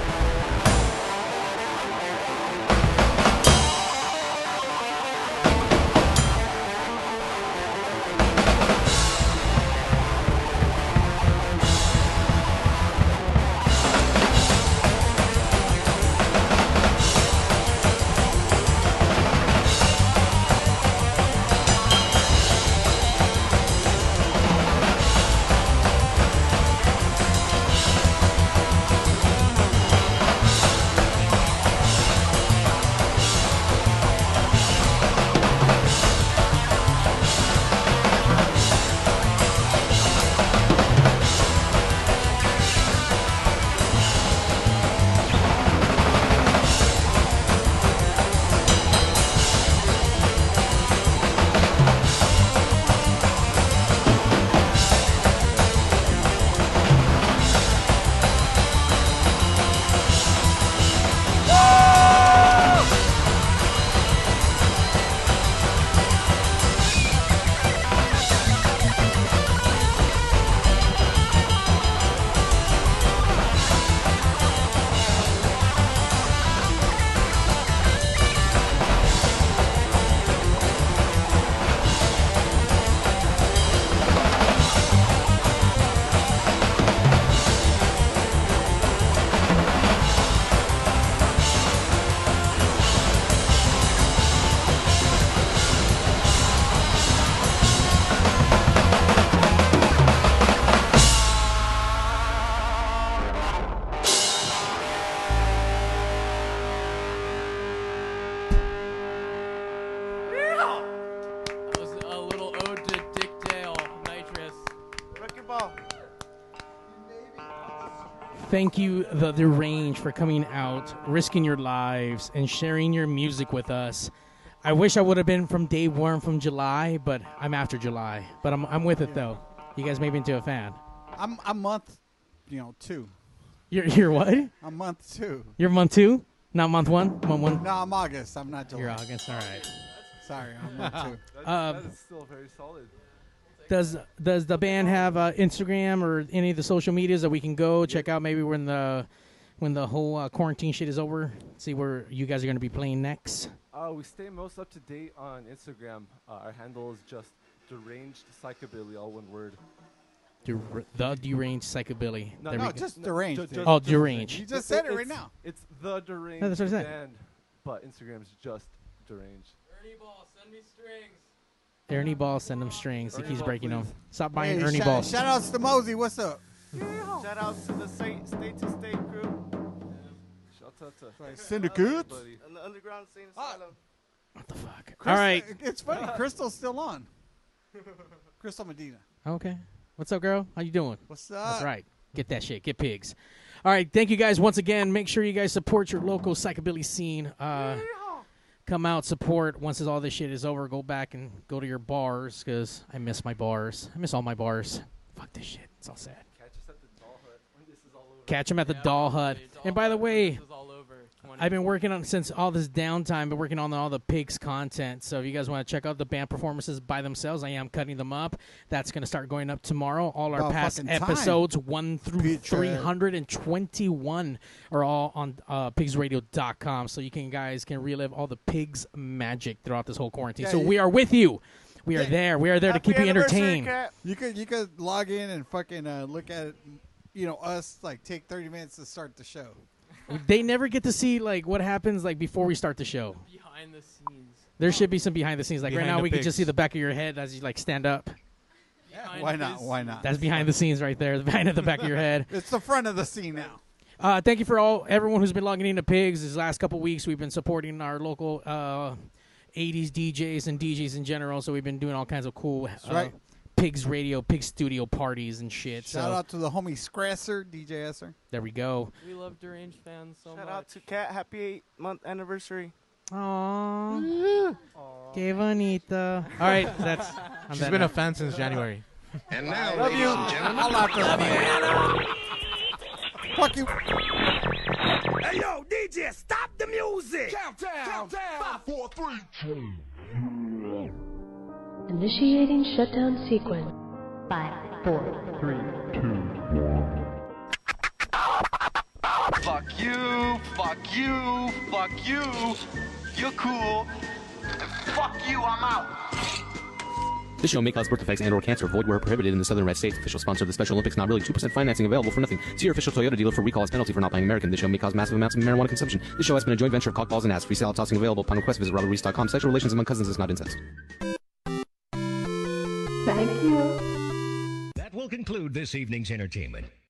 C: That was a little ode to Dick Dale, Nitrous. Record ball.
A: Thank you, The Deranged, for coming out, risking your lives, and sharing your music with us. I wish I would have been from Dave Worm from July, but I'm after July. But I'm, I'm with it, though. You guys made me into a fan.
D: I'm a month, you know, two.
A: You're, you're what?
D: I'm month two.
A: You're month two? Not month one? Month one?
D: No, I'm August. I'm not July.
A: You're August. All right.
D: Sorry,
A: *laughs*
D: I'm month two.
A: Um,
E: that is still very solid.
A: Does does the band have uh, Instagram or any of the social medias that we can go check out? Maybe when the when the whole uh, quarantine shit is over, see where you guys are going to be playing next.
E: Uh, we stay most up to date on Instagram. Uh, our handle is just deranged psychobilly, all one word.
A: Der- the deranged psychobilly.
E: No,
A: There
E: no,
A: we go.
E: just deranged, Ju- dude. just-
A: oh,
E: just-
A: deranged.
D: You just said it right
E: It's-
D: now.
E: It's the deranged
A: No, that's what I said.
E: band, but Instagram's just deranged.
A: Ernie Ball send him strings. He keeps
E: Ball,
A: breaking them.
E: please.
A: Stop buying
D: Hey,
A: Ernie
D: shout,
A: balls.
D: Shout outs to Mosey. What's up?
M: Shout out to the state, state to state crew.
E: Shout out to
D: Syndicate.
J: the underground scene asylum.
A: All right.
D: It's funny. Crystal's still on. *laughs* Crystal Medina.
A: Okay. What's up, girl? How you doing?
D: What's
A: That's
D: up?
A: right. Get that shit. Get pigs. All right. Thank you guys once again. Make sure you guys support your local psychobilly scene. Uh, come out, support. Once all this shit is over, go back and go to your bars because I miss my bars. I miss all my bars. Fuck this shit. It's all sad.
E: Catch us at the doll hut when this is all over.
A: Catch them at the doll hut. and by the way,
C: over.
A: I've been working on since all this downtime, been working on all the pigs content. So if you guys want to check out the band performances by themselves, I am cutting them up. That's going to start going up tomorrow. All our
C: About
A: past
C: fucking time.
A: episodes one through
C: Pizza.
A: three hundred and twenty-one are all on uh, pigsradio.com. So you can guys can relive all the pigs magic throughout this whole quarantine.
D: Yeah,
A: so
D: you-
A: we are with you. We are there. We are there to keep you entertained.
D: You could you could log in and fucking uh, look at you know us like take thirty minutes to start the show.
A: they never get to see like what happens like before we start the show.
C: Behind the scenes.
A: There should be some behind the scenes. Like
D: Behind
A: right now,
D: the
A: we can
D: pigs.
A: just see the back of your head as you like stand up.
D: Why not? Why not?
A: That's behind the scenes right there, *laughs* the behind of the back of
E: *laughs*
D: *laughs*
A: your head.
D: It's the front of the scene now.
A: Uh, thank you for all everyone who's been logging into Pigs. These last couple weeks, we've been supporting our local uh, '80s DJs and DJs in general. So we've been doing all kinds of cool uh,
D: right.
A: Pigs radio, Pigs studio parties and shit.
D: Shout
A: so
D: out to the homie Scrasser, DJ Esser.
A: there we go.
C: We love deranged fans so
J: Shout
C: much.
J: out to Cat. Happy eight month anniversary.
A: Aww. Que bonita. All right, that's. I'm
B: She's
A: done
B: been
A: now.
B: a fan since January.
A: And
B: now,
D: Love you. I love Fuck you.
G: Hey yo, DJ, stop the music! Countdown! Countdown! Five, four, three, two.
V: Initiating shutdown sequence. Five, four,
G: Three, two, one.
D: Fuck you, fuck you, fuck you. You're cool. Fuck you, I'm out.
O: This show may cause birth defects and/or cancer. Void where prohibited in the Southern Red States. Official sponsor of the Special Olympics. Not really. Two percent financing available for nothing. See your official Toyota dealer for recall as penalty for not buying American. This show may cause massive amounts of marijuana consumption. This show has been a joint venture of cockballs and ass. Free salad tossing available upon request. Visit robertreese.com. Sexual relations among cousins is not incest.
W: Thank you.
G: That will conclude this evening's entertainment.